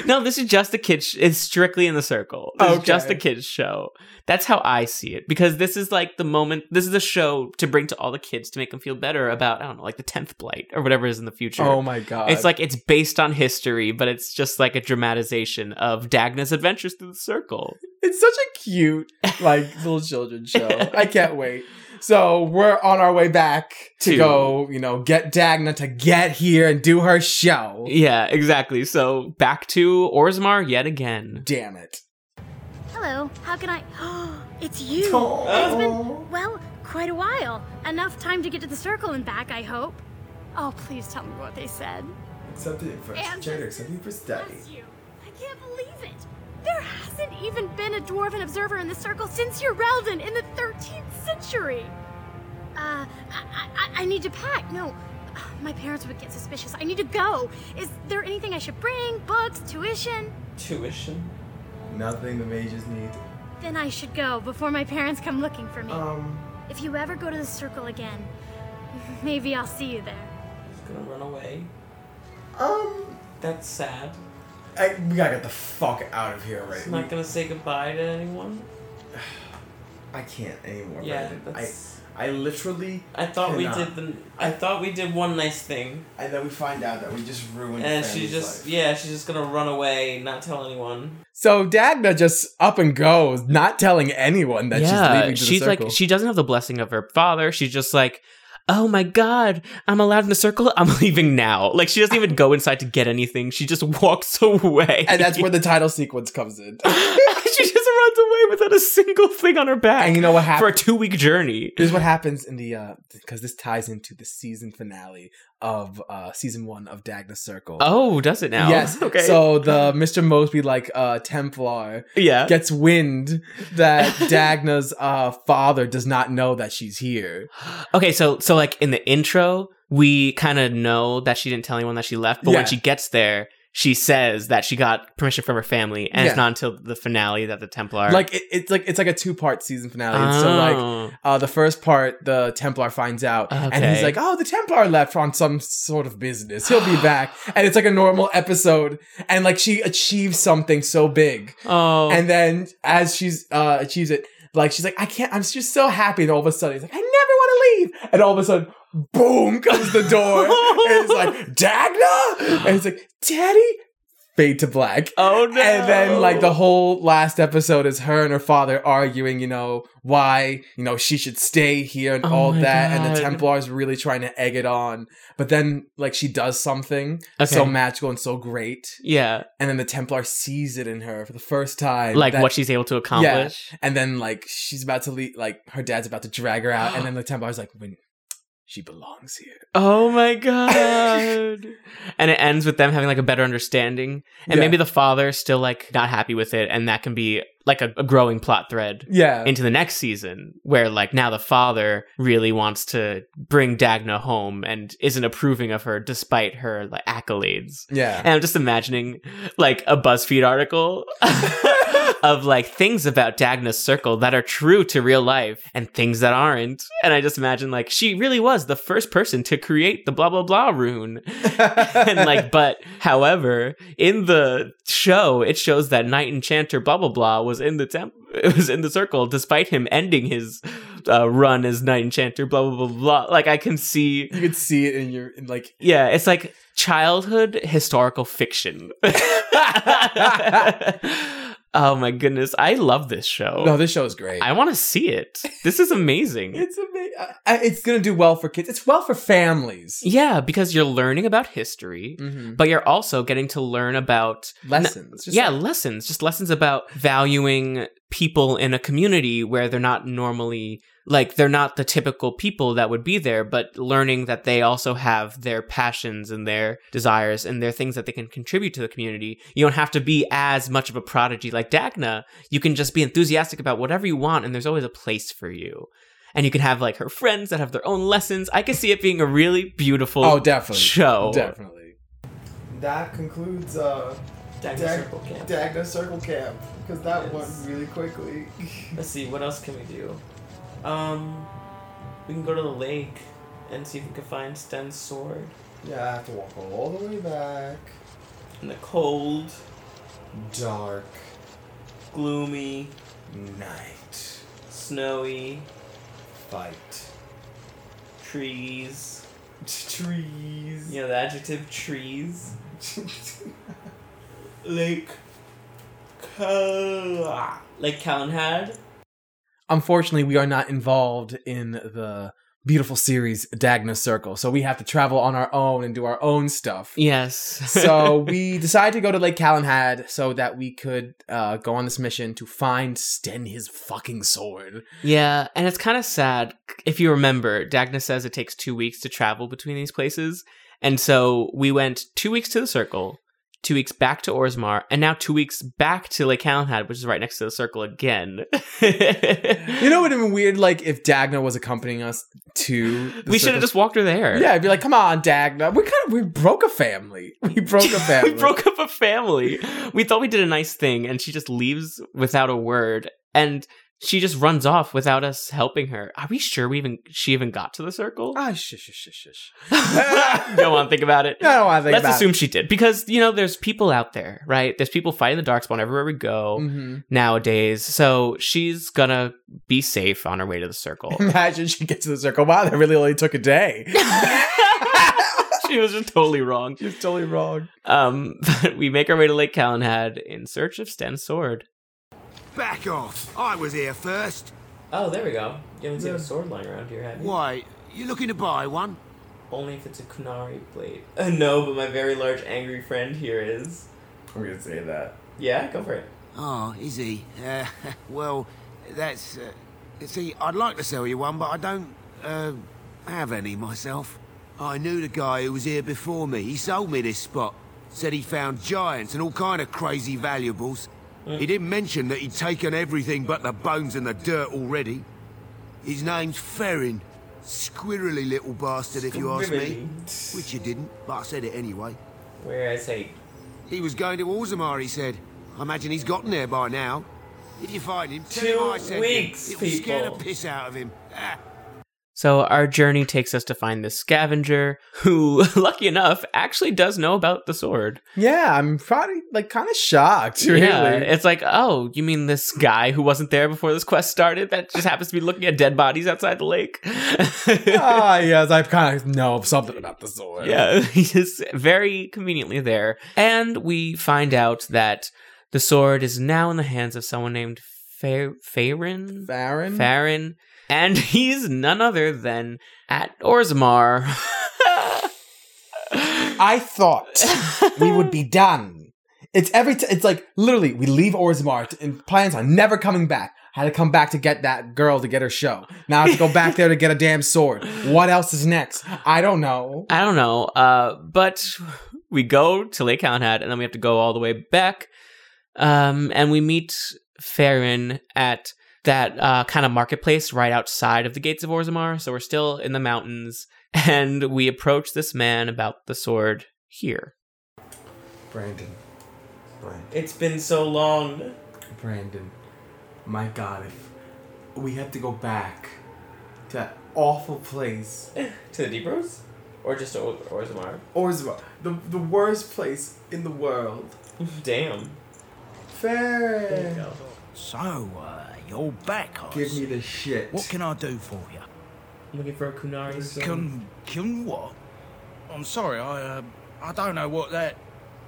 Speaker 1: no, this is just a kid's sh- it's strictly in the circle. This is
Speaker 2: Okay.
Speaker 1: just a kid's show. That's how I see it. Because this is like the moment this is a show to bring to all the kids to make them feel better about, I don't know, like the tenth blight or whatever is in the future.
Speaker 2: Oh my God.
Speaker 1: It's like it's based on history, but it's just like a dramatization of Dagna's adventures through the circle.
Speaker 2: it's such a cute like little children show. I can't wait. So we're on our way back to,
Speaker 1: To-
Speaker 2: go, you know, get Dagna to get here and do her show.
Speaker 1: Yeah, exactly. So back to Orzammar yet again.
Speaker 2: Damn it.
Speaker 15: Hello, how can I? it's you.
Speaker 1: Oh.
Speaker 15: It's been well quite a while. Enough time to get to the circle and back, I hope. Oh, please tell me what they said.
Speaker 7: Something for
Speaker 15: And-
Speaker 7: gender, something for study.
Speaker 15: I can't believe it. There hasn't even been a dwarven observer in the circle since Urelden in the 13th century. Uh, I, I, I need to pack. No, my parents would get suspicious. I need to go. Is there anything I should bring? Books, tuition?
Speaker 7: Tuition? Nothing the mages need.
Speaker 15: Then I should go before my parents come looking for me.
Speaker 3: Oh,
Speaker 7: Um.
Speaker 15: If you ever go to the circle again, maybe I'll see you there.
Speaker 1: gonna run away.
Speaker 7: Um.
Speaker 1: That's sad.
Speaker 7: I, we gotta get the fuck out of here right now.
Speaker 1: gonna say goodbye to anyone.
Speaker 7: I can't anymore.
Speaker 1: Yeah,
Speaker 7: Brandon.
Speaker 1: that's-
Speaker 7: I
Speaker 6: I literally.
Speaker 3: I thought we did
Speaker 6: cannot.
Speaker 3: the. I thought we did one nice thing,
Speaker 6: And then we find out that we just ruined.
Speaker 3: and
Speaker 6: Franny's
Speaker 3: she's just
Speaker 6: life.
Speaker 3: yeah, she's just gonna run away, not tell anyone.
Speaker 2: So Dagna just up and goes, not telling anyone that she's leaving. To
Speaker 1: she's
Speaker 2: the circle.
Speaker 1: like she doesn't have the blessing of her father. She's just like, oh my god, I'm allowed in the circle. I'm leaving now. Like she doesn't even go inside to get anything. She just walks away,
Speaker 2: and that's where the title sequence comes in.
Speaker 1: she just runs away without a single thing on her back.
Speaker 2: And you know what
Speaker 1: for a
Speaker 2: happens?
Speaker 1: two week journey.
Speaker 2: Here's what happens in the uh because this ties into the season finale of uh season one of Dagna Circle.
Speaker 1: Oh, does it now?
Speaker 2: Yes.
Speaker 1: Okay.
Speaker 2: So the Mr. Mosby like uh Templar
Speaker 1: Yeah.
Speaker 2: gets wind that Dagna's uh father does not know that she's here.
Speaker 1: Okay, so so like in the intro, we kind of know that she didn't tell anyone that she left, but
Speaker 2: Yeah.
Speaker 1: when she gets there, she says that she got permission from her family, and
Speaker 2: Yeah.
Speaker 1: it's not until the finale that the Templar
Speaker 2: Like it, it's like it's like a two part season finale. And So
Speaker 1: Oh.
Speaker 2: like uh the first part the Templar finds out and he's
Speaker 1: Okay.
Speaker 2: like, Oh, the Templar left on some sort of business. He'll be back. And it's like a normal episode and like she achieves something so big.
Speaker 1: Oh
Speaker 2: And then as she's uh achieves it, like she's like, I can't I'm just so happy and all of a sudden it's like, I never want to leave and all of a sudden boom comes the door and it's like Dagna and it's like Daddy fade to black.
Speaker 1: Oh no.
Speaker 2: And then like the whole last episode is her and her father arguing, you know, why, you know, she should stay here and
Speaker 1: Oh
Speaker 2: all
Speaker 1: my
Speaker 2: that. And the
Speaker 1: God.
Speaker 2: Templars really trying to egg it on. But then like she does something
Speaker 1: Okay.
Speaker 2: so magical and so great.
Speaker 1: Yeah.
Speaker 2: And then the Templar sees it in her for the first time.
Speaker 1: Like what she's able to accomplish.
Speaker 2: Yeah. And then like she's about to leave like her dad's about to drag her out. And then the Templar's like, when she belongs here.
Speaker 1: Oh my god. and it ends with them having like a better understanding.
Speaker 2: Yeah.
Speaker 1: And maybe the father's still like not happy with it, and that can be like a, a growing plot thread.
Speaker 2: Yeah.
Speaker 1: Into the next season, where like now the father really wants to bring Dagna home and isn't approving of her despite her like accolades.
Speaker 2: Yeah.
Speaker 1: And I'm just imagining like a BuzzFeed article of like things about Dagna's circle that are true to real life and things that aren't. And I just imagine like she really was the first person to create the blah blah blah rune. and like, but however, in the show, it shows that Knight Enchanter blah blah blah was in the temp was in the circle despite him ending his uh, run as Knight Enchanter blah blah blah blah. Like I can see
Speaker 2: You could see it in your in like
Speaker 1: yeah, it's like childhood historical fiction. oh my goodness, I love this show.
Speaker 2: No, this show is great.
Speaker 1: I want to see it. This is amazing.
Speaker 2: It's amazing. Uh, It's gonna do well for kids. It's well for families.
Speaker 1: yeah, because you're learning about history,
Speaker 2: Mhm.
Speaker 1: but you're also getting to learn about
Speaker 2: Lessons, just
Speaker 1: yeah, lessons. Just lessons about valuing people in a community where they're not normally like they're not the typical people that would be there, but learning that they also have their passions and their desires and their things that they can contribute to the community. You don't have to be as much of a prodigy like Dagna. You can just be enthusiastic about whatever you want and there's always a place for you. And you can have like her friends that have their own lessons. I could see it being a really beautiful
Speaker 2: Oh, definitely.
Speaker 1: show.
Speaker 2: Definitely.
Speaker 6: That concludes uh,
Speaker 3: Dagna
Speaker 6: Dag-
Speaker 3: Circle Camp.
Speaker 6: Dagna Circle Camp because that
Speaker 3: Yes.
Speaker 6: went really quickly.
Speaker 3: Let's see, what else can we do? Um, we can go to the lake and see if we can find Sten's sword
Speaker 6: yeah, I have to walk all the way back.
Speaker 3: in the cold,
Speaker 6: Dark
Speaker 3: gloomy,
Speaker 6: night
Speaker 3: snowy
Speaker 6: fight.
Speaker 3: trees.
Speaker 6: Trees.
Speaker 3: You know the adjective trees.
Speaker 6: Lake.
Speaker 3: Cal- Lake Calenhad.
Speaker 2: Unfortunately, we are not involved in the beautiful series Dagna Circle, so we have to travel on our own and do our own stuff.
Speaker 1: Yes.
Speaker 2: so we decided to go to Lake Calenhad so that we could uh, go on this mission to find Sten his fucking sword.
Speaker 1: Yeah, and it's kind of sad if you remember. Dagna says it takes two weeks to travel between these places, and so we went two weeks to the Circle, two weeks back to Orsmar, and now two weeks back to Lake Hallenhad, which is right next to the Circle again.
Speaker 2: You know what would have been weird? Like if Dagna was accompanying us to the
Speaker 1: we should
Speaker 2: circle-
Speaker 1: have just walked her there.
Speaker 2: Yeah, I'd be like, come on, Dagna. We kind of we broke a family. We broke a family.
Speaker 1: we broke up a family. We thought we did a nice thing, and she just leaves without a word. And she just runs off without us helping her. Are we sure we even she even got to the circle?
Speaker 2: Ah, shush, shush, shush, shush.
Speaker 1: don't want to think about it.
Speaker 2: I don't want to think
Speaker 1: Let's
Speaker 2: about
Speaker 1: assume
Speaker 2: it.
Speaker 1: she did because you know there's people out there, right? There's people fighting the darkspawn everywhere we go
Speaker 2: Mhm.
Speaker 1: nowadays. So she's gonna be safe on her way to the circle.
Speaker 2: Imagine she gets to the circle. Wow, that really only took a day.
Speaker 1: she was just totally wrong.
Speaker 2: She's totally wrong.
Speaker 1: Um, but we make our way to Lake Calenhad in search of Sten's sword.
Speaker 16: Back off! I was here first.
Speaker 1: Oh, there we go. You haven't
Speaker 16: seen a
Speaker 1: sword lying around here, have
Speaker 16: Why? You looking to buy one?
Speaker 1: Only if it's a Kunari blade. Uh, no, but my very large angry friend here is.
Speaker 2: I'm gonna say that.
Speaker 1: Yeah, go for it.
Speaker 16: Oh, is he? Uh, well, that's. Uh, see, I'd like to sell you one, but I don't uh, have any myself. I knew the guy who was here before me. He sold me this spot. Said he found giants and all kind of crazy valuables. He didn't mention that he'd taken everything but the bones and the dirt already. His name's Ferrin. Squirrely little bastard, if you ask me. Which you didn't, but I said it anyway.
Speaker 1: Where I say.
Speaker 16: He was going to Orzammar, he said. I imagine he's gotten there by now. If you find him, tell him
Speaker 12: Two
Speaker 16: I sent
Speaker 12: weeks,
Speaker 16: him. It will scare the
Speaker 12: people.
Speaker 16: piss out of him. Ah.
Speaker 1: So our journey takes us to find this scavenger who, lucky enough, actually does know about the sword.
Speaker 2: Yeah, I'm probably like kind of shocked. Really.
Speaker 1: it's like, oh, you mean this guy who wasn't there before this quest started that just happens to be looking at dead bodies outside the lake?
Speaker 2: Ah, yes, I kind of know something about the sword.
Speaker 1: Yeah, he's very conveniently there. And we find out that the sword is now in the hands of someone named Fa- Farin?
Speaker 2: Farin?
Speaker 1: Farin. And he's none other than at Orzammar.
Speaker 2: I thought we would be done. It's every. T- it's like literally, we leave Orzammar t- and plans on never coming back. I had to come back to get that girl to get her show. Now I have to go back there to get a damn sword. What else is next? I don't know.
Speaker 1: I don't know. Uh, but we go to Lake Houndhead, and then we have to go all the way back. Um, and we meet Farron at that uh, kind of marketplace right outside of the gates of Orzammar. So we're still in the mountains, and we approach this man about the sword here.
Speaker 3: Brandon. Brandon.
Speaker 1: It's been so long.
Speaker 3: Brandon. My god, if we had to go back to that awful place.
Speaker 1: to the Deep Rose? Or just to Orzammar?
Speaker 3: Orzma. The, the worst place in the world.
Speaker 1: Damn.
Speaker 3: Fair.
Speaker 12: So, uh, you're back, Oz.
Speaker 3: Give me the shit.
Speaker 12: What can I do for you?
Speaker 1: I'm looking for a Kunari
Speaker 12: Kun, kun what? I'm sorry, I, uh, I don't know what that...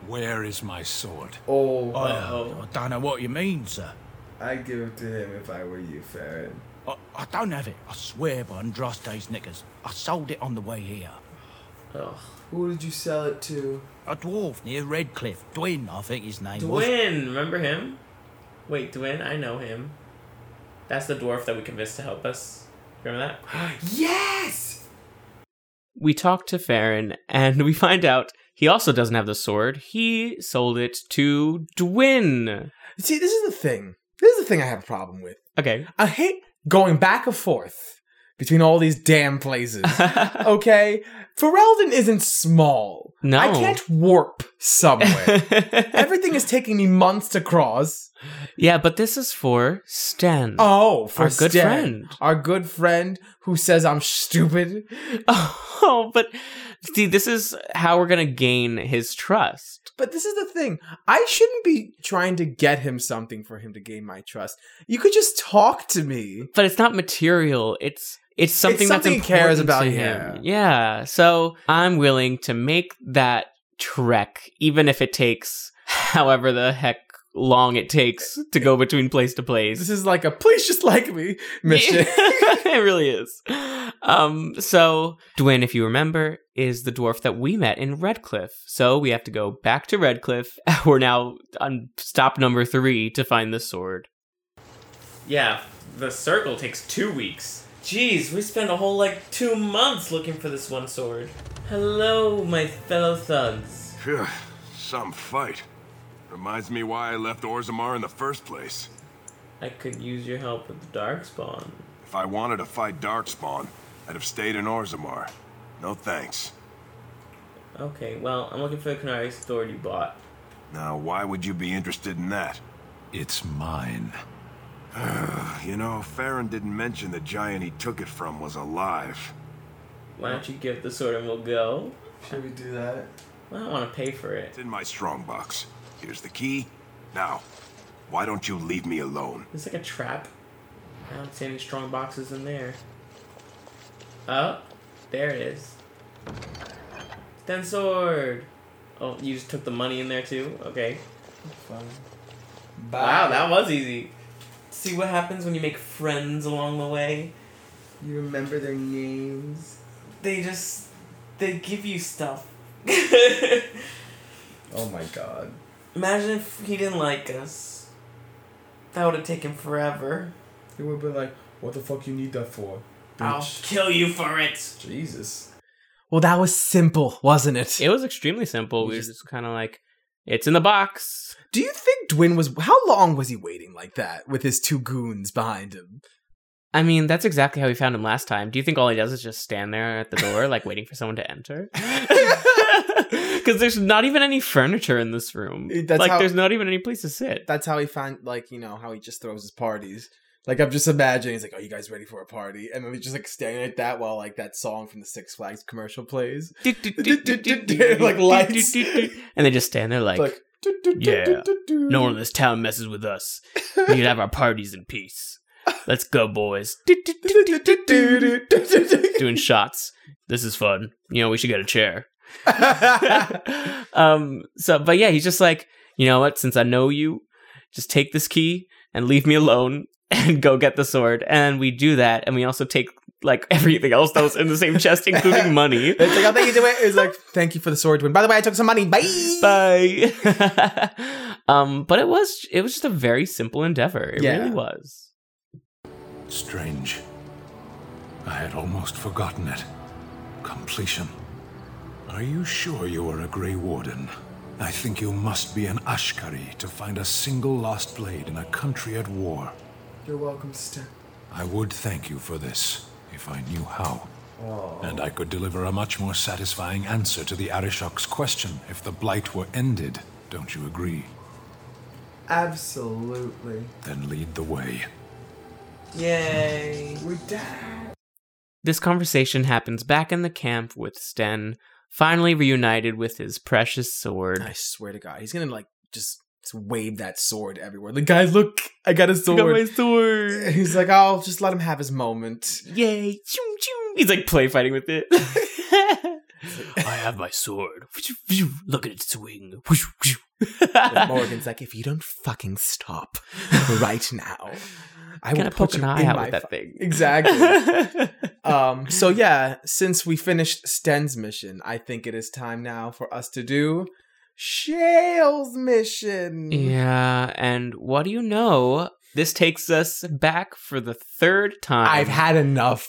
Speaker 5: Where is my sword?
Speaker 3: Oh.
Speaker 12: I, uh, I don't know what you mean, sir.
Speaker 3: I'd give it to him if I were you, Farron.
Speaker 12: I, I don't have it. I swear by Andraste's knickers. I sold it on the way here.
Speaker 3: Who did you sell it to?
Speaker 12: A dwarf near Redcliffe. Dwyn, I think his name was.
Speaker 1: Dwayne, remember him? Wait, Dwayne, I know him. That's the dwarf that we convinced to help us. Remember that?
Speaker 3: Yes!
Speaker 1: we talk to Farron and we find out he also doesn't have the sword. He sold it to Dwyn.
Speaker 2: See, this is the thing. This is the thing I have a problem with.
Speaker 1: Okay.
Speaker 2: I hate going back and forth between all these damn places. okay? Ferelden isn't small.
Speaker 1: No.
Speaker 2: I can't warp somewhere. Everything is taking me months to cross.
Speaker 1: Yeah, but this is for Stan.
Speaker 2: Oh, for
Speaker 1: Our good
Speaker 2: Stan,
Speaker 1: friend.
Speaker 2: Our good friend who says I'm stupid.
Speaker 1: Oh, but see, this is how we're going to gain his trust.
Speaker 2: But this is the thing. I shouldn't be trying to get him something for him to gain my trust. You could just talk to me.
Speaker 1: But it's not material. It's it's something,
Speaker 2: something he
Speaker 1: that's important
Speaker 2: cares about,
Speaker 1: to him. Yeah. So I'm willing to make that trek, even if it takes however the heck long it takes to go between place to place.
Speaker 2: This is like a please just like me mission.
Speaker 1: it really is. Um, so Dwayne, if you remember, is the dwarf that we met in Redcliffe. So we have to go back to Redcliffe. We're now on stop number three to find the sword. Yeah, the circle takes two weeks. Jeez, we spent a whole like two months looking for this one sword. Hello, my fellow thugs.
Speaker 17: Phew, some fight. Reminds me why I left Orzammar in the first place.
Speaker 1: I could use your help with the Darkspawn.
Speaker 17: If I wanted to fight Darkspawn, I'd have stayed in Orzammar. No thanks.
Speaker 1: Okay, well, I'm looking for the Canary sword you bought.
Speaker 17: Now, why would you be interested in that?
Speaker 5: It's mine.
Speaker 17: you know, Farron didn't mention the giant he took it from was alive.
Speaker 1: Why don't you give the sword and we'll go?
Speaker 2: Should we do that?
Speaker 1: I don't want to pay for it.
Speaker 17: It's in my strongbox. Here's the key. Now, why don't you leave me alone?
Speaker 1: It's like a trap. I don't see any strong boxes in there. Oh, there it is. Ten sword. Oh, you just took the money in there too. Okay. Wow, that was easy. See what happens when you make friends along the way.
Speaker 2: You remember their names.
Speaker 1: They just they give you stuff.
Speaker 2: Oh my god.
Speaker 1: Imagine if he didn't like us. That would have taken forever.
Speaker 2: It would be like, what the fuck you need that for?
Speaker 1: I'll kill you for it.
Speaker 2: Jesus. Well, that was simple, wasn't it?
Speaker 1: It was extremely simple. We, were just kind of like, it's in the box.
Speaker 2: Do you think Dwin was? How long was he waiting like that with his two goons behind him?
Speaker 1: I mean, that's exactly how we found him last time. Do you think all he does is just stand there at the door, like waiting for someone to enter? Because there's not even any furniture in this room.
Speaker 2: It- that's
Speaker 1: like,
Speaker 2: how-
Speaker 1: there's not even any place to sit.
Speaker 2: That's how he found, like, you know, how he just throws his parties. Like, I'm just imagining, he's like, "Are you guys ready for a party?" And then he's just like standing like that while like that song from the Six Flags commercial plays, like lights.
Speaker 1: And they just stand there, like,
Speaker 2: Like,
Speaker 1: yeah, no one in this town messes with us. We can have our parties in peace. Let's go, boys. Doing shots. This is fun. You know, we should get a chair. um. So, but yeah, he's just like, you know what? Since I know you, just take this key and leave me alone and go get the sword. And we do that, and we also take like everything else that was in the same chest, including money.
Speaker 2: It's like, "Oh, thank you, Dwin." It's like, "Thank you for the sword, Dwin." By the way, I took some money. Bye.
Speaker 1: Bye. um, but it was it was just a very simple endeavor. It
Speaker 5: Yeah.
Speaker 1: really was.
Speaker 5: Strange. I had almost forgotten it. Completion. Are you sure you are a Grey Warden? I think you must be an Ashkari to find a single lost blade in a country at war.
Speaker 7: You're welcome, Step.
Speaker 5: I would thank you for this if I knew how.
Speaker 7: Oh.
Speaker 5: And I could deliver a much more satisfying answer to the Arishok's question if the blight were ended. Don't you agree?
Speaker 7: Absolutely.
Speaker 5: Then lead the way.
Speaker 1: Yay.
Speaker 7: We're down.
Speaker 1: This conversation happens back in the camp with Sten, finally reunited with his precious sword.
Speaker 2: I swear to God, he's gonna like just wave that sword everywhere. Like, guys, look, I got a sword.
Speaker 1: my sword.
Speaker 2: He's like, I'll just let him have his moment.
Speaker 1: Yay! Choom, choom. He's like play fighting with it. I have my sword. Look at it swing.
Speaker 2: And Morgan's like, if you don't fucking stop right now, I
Speaker 1: Gonna
Speaker 2: will
Speaker 1: poke
Speaker 2: put you
Speaker 1: an eye
Speaker 2: in
Speaker 1: out
Speaker 2: my
Speaker 1: with that
Speaker 2: fu-
Speaker 1: thing.
Speaker 2: Exactly. um. So yeah, since we finished Sten's mission, I think it is time now for us to do Shale's mission.
Speaker 1: Yeah, and what do you know? This takes us back for the third time.
Speaker 2: I've had enough.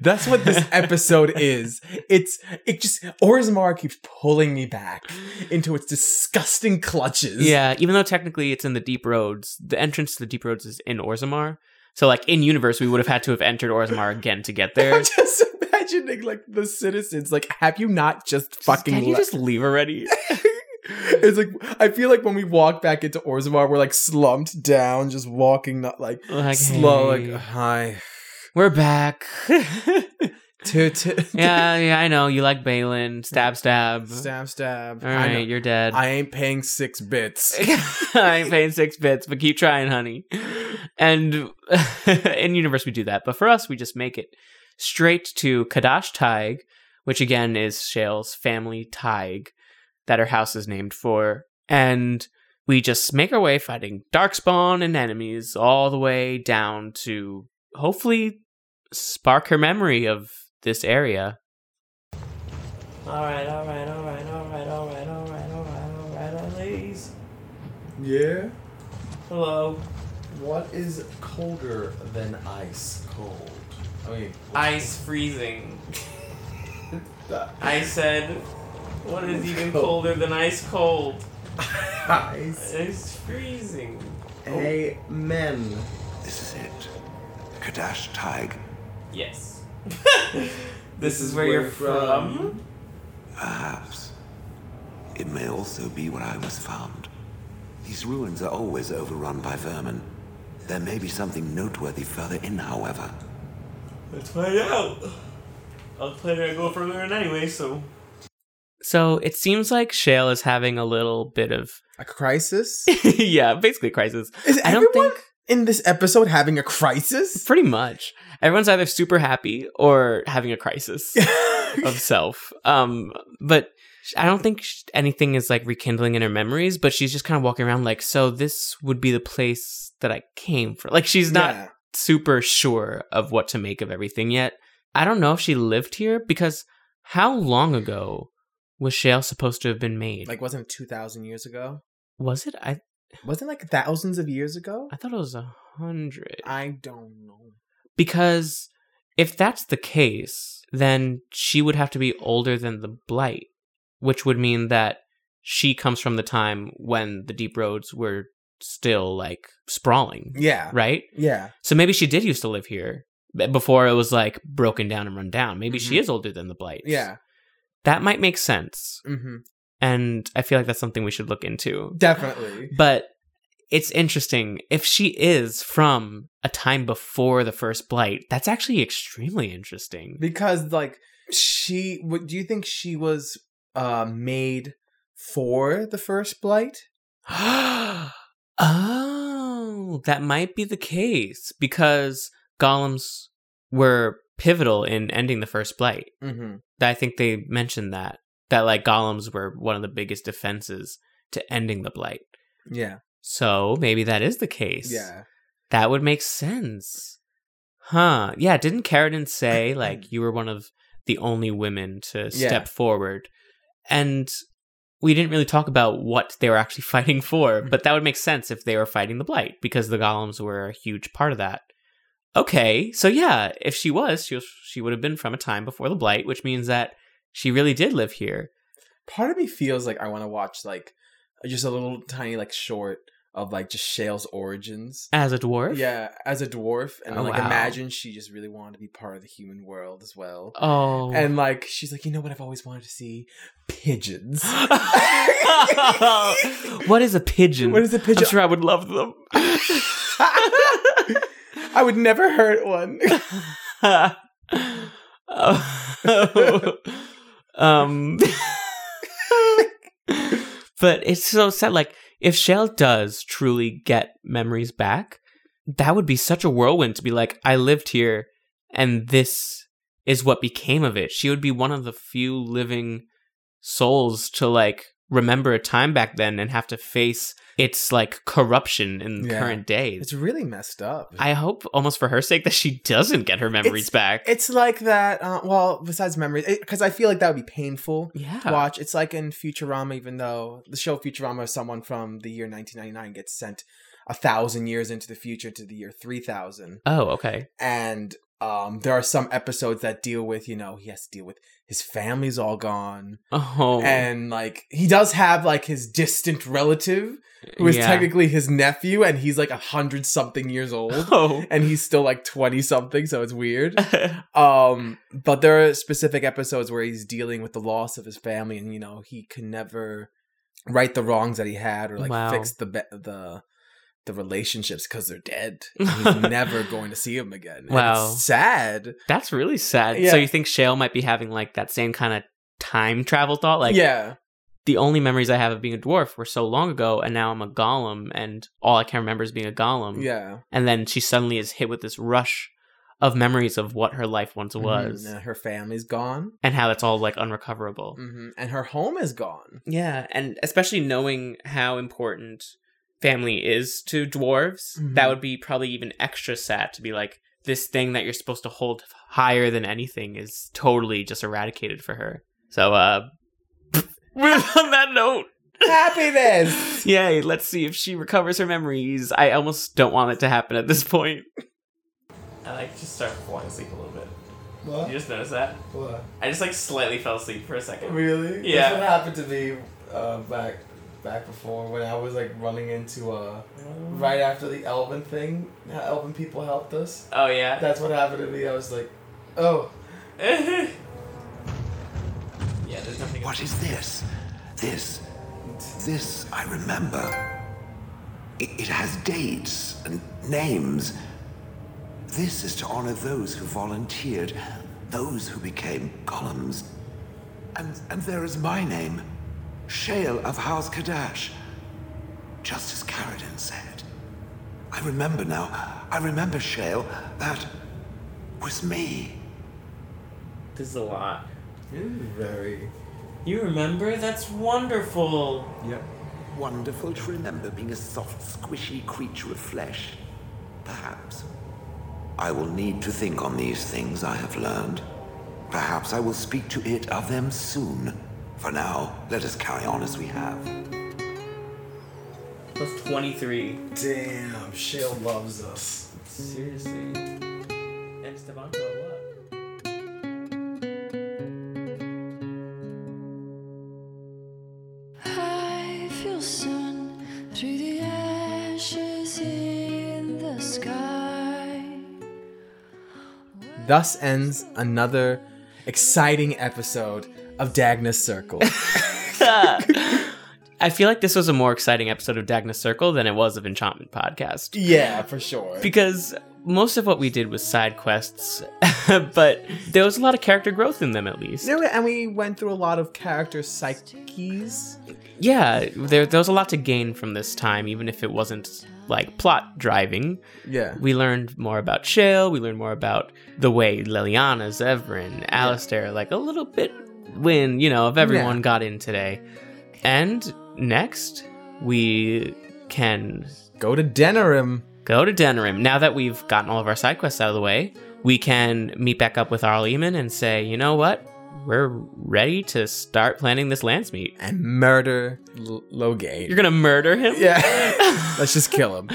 Speaker 2: That's what this episode is. It's it just Orzammar keeps pulling me back into its disgusting clutches.
Speaker 1: Yeah, even though technically it's in the deep roads, the entrance to the deep roads is in Orzammar. So like in universe, we would have had to have entered Orzammar again to get there.
Speaker 2: I'm just imagining like the citizens. Like, have you not just fucking?
Speaker 1: Can you
Speaker 2: le-
Speaker 1: just leave already?
Speaker 2: it's like I feel like when we walk back into Orzammar, we're like slumped down, just walking, not like,
Speaker 1: Like,
Speaker 2: slow. Like,
Speaker 1: hey.
Speaker 2: hi,
Speaker 1: We're back.
Speaker 2: toot, toot.
Speaker 1: yeah, yeah, I know. You like Balin. Stab, stab.
Speaker 2: stab, stab.
Speaker 1: All
Speaker 2: I know.
Speaker 1: right, you're dead.
Speaker 2: I ain't paying six bits.
Speaker 1: I ain't paying six bits, but keep trying, honey. And in universe, we do that, but for us, we just make it straight to Kadash Taig, which again is Shale's family Taig that her house is named for, and we just make our way fighting darkspawn and enemies all the way down to hopefully spark her memory of this area.
Speaker 3: Alright, alright, alright, alright, alright, alright, alright, alright, ladies.
Speaker 7: Yeah.
Speaker 3: Hello.
Speaker 7: What is colder than ice cold? I mean,
Speaker 1: Ice freezing.
Speaker 7: the
Speaker 1: I said, what is even colder than ice cold?
Speaker 7: ice.
Speaker 1: It's freezing.
Speaker 7: Amen.
Speaker 8: This is it. The Kadash Tig.
Speaker 1: Yes.
Speaker 7: This is where you're from?
Speaker 8: Perhaps. It may also be where I was found. These ruins are always overrun by vermin. There may be something noteworthy further in, however.
Speaker 18: Let's find out. I'll play there and go further in anyway, so.
Speaker 1: So it seems like Shale is having a little bit of
Speaker 2: a crisis.
Speaker 1: yeah, basically crisis.
Speaker 2: Is everyone in this episode having a crisis?
Speaker 1: Pretty much. Everyone's either super happy or having a crisis of self. Um, but sh- I don't think sh- anything is like rekindling in her memories. But she's just kind of walking around like, so this would be the place that I came from. Like she's not
Speaker 2: Yeah.
Speaker 1: super sure of what to make of everything yet. I don't know if she lived here because how long ago was Shale supposed to have been made?
Speaker 2: Like, wasn't it two thousand years ago?
Speaker 1: was it? I
Speaker 2: Wasn't it like thousands of years ago?
Speaker 1: I thought it was a hundred.
Speaker 2: I don't know.
Speaker 1: Because if that's the case, then she would have to be older than the Blight, which would mean that she comes from the time when the Deep Roads were still like sprawling.
Speaker 2: Yeah.
Speaker 1: Right?
Speaker 2: Yeah.
Speaker 1: So maybe she did used to live here b- before it was like broken down and run down. Maybe she
Speaker 2: Mhm.
Speaker 1: is older than the Blight.
Speaker 2: Yeah.
Speaker 1: That might make sense.
Speaker 2: Mm-hmm.
Speaker 1: And I feel like that's something we should look into.
Speaker 2: Definitely.
Speaker 1: But it's interesting. If she is from a time before the first blight, that's actually extremely interesting.
Speaker 2: Because like she, what do you think she was uh made for the first blight?
Speaker 1: Uh, Oh, that might be the case because golems were pivotal in ending the first blight.
Speaker 2: Mhm.
Speaker 1: I think they mentioned that that like golems were one of the biggest defenses to ending the blight.
Speaker 2: Yeah.
Speaker 1: So maybe that is the case.
Speaker 2: Yeah.
Speaker 1: That would make sense. Huh. Yeah, didn't Carradine say like you were one of the only women to
Speaker 2: Yeah.
Speaker 1: step forward? And we didn't really talk about what they were actually fighting for,
Speaker 2: Mm-hmm.
Speaker 1: but that would make sense if they were fighting the blight because the golems were a huge part of that. Okay, so yeah, if she was, she was, she would have been from a time before the blight, which means that she really did live here.
Speaker 2: Part of me feels like I want to watch like just a little tiny like short of like just Shale's origins.
Speaker 1: As a dwarf?
Speaker 2: Yeah, as a dwarf, and
Speaker 1: Oh,
Speaker 2: like
Speaker 1: wow.
Speaker 2: imagine she just really wanted to be part of the human world as well.
Speaker 1: Oh.
Speaker 2: and like she's like, you know what? I've always wanted to see pigeons.
Speaker 1: what is a pigeon? What
Speaker 2: is a pigeon?
Speaker 1: I'm sure I would love them.
Speaker 2: I would never hurt one.
Speaker 1: Oh. um, but it's so sad. Like, if Shell does truly get memories back, that would be such a whirlwind to be like, I lived here and this is what became of it. She would be one of the few living souls to like remember a time back then and have to face its like corruption in the
Speaker 2: Yeah.
Speaker 1: current day.
Speaker 2: It's really messed up.
Speaker 1: I hope almost for her sake that she doesn't get her memories back.
Speaker 2: It's like that. Uh, well, besides memories, because I feel like that would be painful.
Speaker 1: Yeah.
Speaker 2: To watch. It's like in Futurama, even though the show Futurama, someone from the year 1999 gets sent a thousand years into the future to the year 3000.
Speaker 1: Oh, okay.
Speaker 2: and um, there are some episodes that deal with you know he has to deal with his family's all gone
Speaker 1: Oh.
Speaker 2: and like he does have like his distant relative who is
Speaker 1: Yeah.
Speaker 2: technically his nephew and he's like a hundred something years old
Speaker 1: Oh.
Speaker 2: and he's still like 20 something so it's weird um but there are specific episodes where he's dealing with the loss of his family and you know he can never right the wrongs that he had or like
Speaker 1: Wow.
Speaker 2: fix the be- the the relationships because they're dead And he's never going to see him again And it's
Speaker 1: Wow.
Speaker 2: sad.
Speaker 1: That's really sad.
Speaker 2: Yeah.
Speaker 1: So you think Shale might be having like that same kind of time travel thought? Like,
Speaker 2: Yeah.
Speaker 1: The only memories I have of being a dwarf were so long ago, and now I'm a golem, and all I can remember is being a golem.
Speaker 2: Yeah.
Speaker 1: And then she suddenly is hit with this rush of memories of what her life once was,
Speaker 2: Mhm, and her family's gone
Speaker 1: and how it's all like unrecoverable.
Speaker 2: hmm and her home is gone
Speaker 1: Yeah, and especially knowing how important family is to dwarves, that would be probably even extra sad to be like this thing that you're supposed to hold higher than anything is totally just eradicated for her. So uh on that note.
Speaker 2: Happiness.
Speaker 1: yay, let's see if she recovers her memories. I almost don't want it to happen at this point. I like just start falling asleep a little bit.
Speaker 18: What?
Speaker 1: You just noticed that?
Speaker 18: What?
Speaker 1: I just like slightly fell asleep for a second.
Speaker 18: Really?
Speaker 1: Yeah.
Speaker 2: That's what happened to me uh, back back before when I was like running into uh right after the Elven thing. How Elven people helped us.
Speaker 1: Oh, yeah?
Speaker 2: That's what happened to me. I was like, oh.
Speaker 1: Yeah, there's nothing.
Speaker 8: What is this? This. This I remember. It, it has dates and names. This is to honor those who volunteered, those who became columns. And, and there is my name, Shale of House Kadash. Just as Carradine said. I remember now. I remember, Shale. That was me.
Speaker 19: This is a lot.
Speaker 8: Very.
Speaker 19: You remember? That's wonderful.
Speaker 8: Yep. Wonderful to remember being a soft, squishy creature of flesh. Perhaps. I will need to think on these things I have learned. Perhaps I will speak to it of them soon. For now, let us carry on as we have.
Speaker 19: Plus 23.
Speaker 6: Damn, Shale loves us.
Speaker 19: Seriously. And Stefan Cole, what?
Speaker 20: I feel sun through the ashes in the sky.
Speaker 2: Thus ends another exciting episode of Dagnus Circle.
Speaker 1: I feel like this was a more exciting episode of Dagnus Circle than it was of Enchantment Podcast.
Speaker 2: yeah, for sure.
Speaker 1: Because most of what we did was side quests, but there was a lot of character growth in them at least.
Speaker 2: Yeah, and we went through a lot of character psyches.
Speaker 1: Yeah, there, there was a lot to gain from this time, even if it wasn't like plot driving.
Speaker 2: Yeah.
Speaker 1: We learned more about Shale, we learned more about the way Liliana, Zevran, Alistair, like a little bit when, you know, if everyone
Speaker 19: Yeah.
Speaker 1: got in today. And next, we can
Speaker 2: go to Denerim.
Speaker 1: Go to Denerim. Now that we've gotten all of our side quests out of the way, we can meet back up with Arl Eamon and say, you know what? We're ready to start planning this lands meet.
Speaker 2: And murder L- Loghain.
Speaker 1: You're gonna murder him?
Speaker 2: Yeah. Let's just kill him.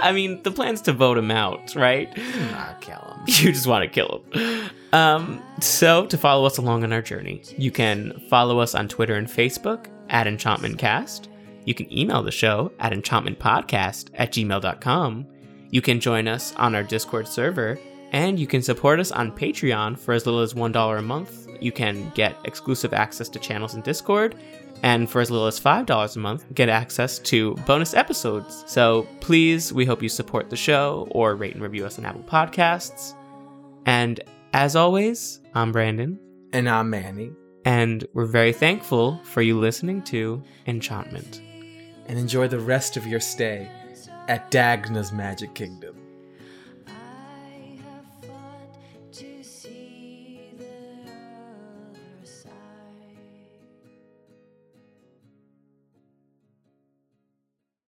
Speaker 1: I mean, the plan's to vote him out, right?
Speaker 2: Not kill him.
Speaker 1: You just want to kill him. Um, so, to follow us along on our journey, you can follow us on Twitter and Facebook at EnchantmentCast. You can email the show at enchantmentpodcast at gmail.com. You can join us on our Discord server, and you can support us on Patreon for as little as $1 a month. You can get exclusive access to channels in Discord, and for as little as $5 a month, get access to bonus episodes. So please, we hope you support the show or rate and review us on Apple Podcasts. And as always, I'm Brandon.
Speaker 2: And I'm Manny.
Speaker 1: And we're very thankful for you listening to Enchantment.
Speaker 2: And enjoy the rest of your stay at Dagna's Magic Kingdom.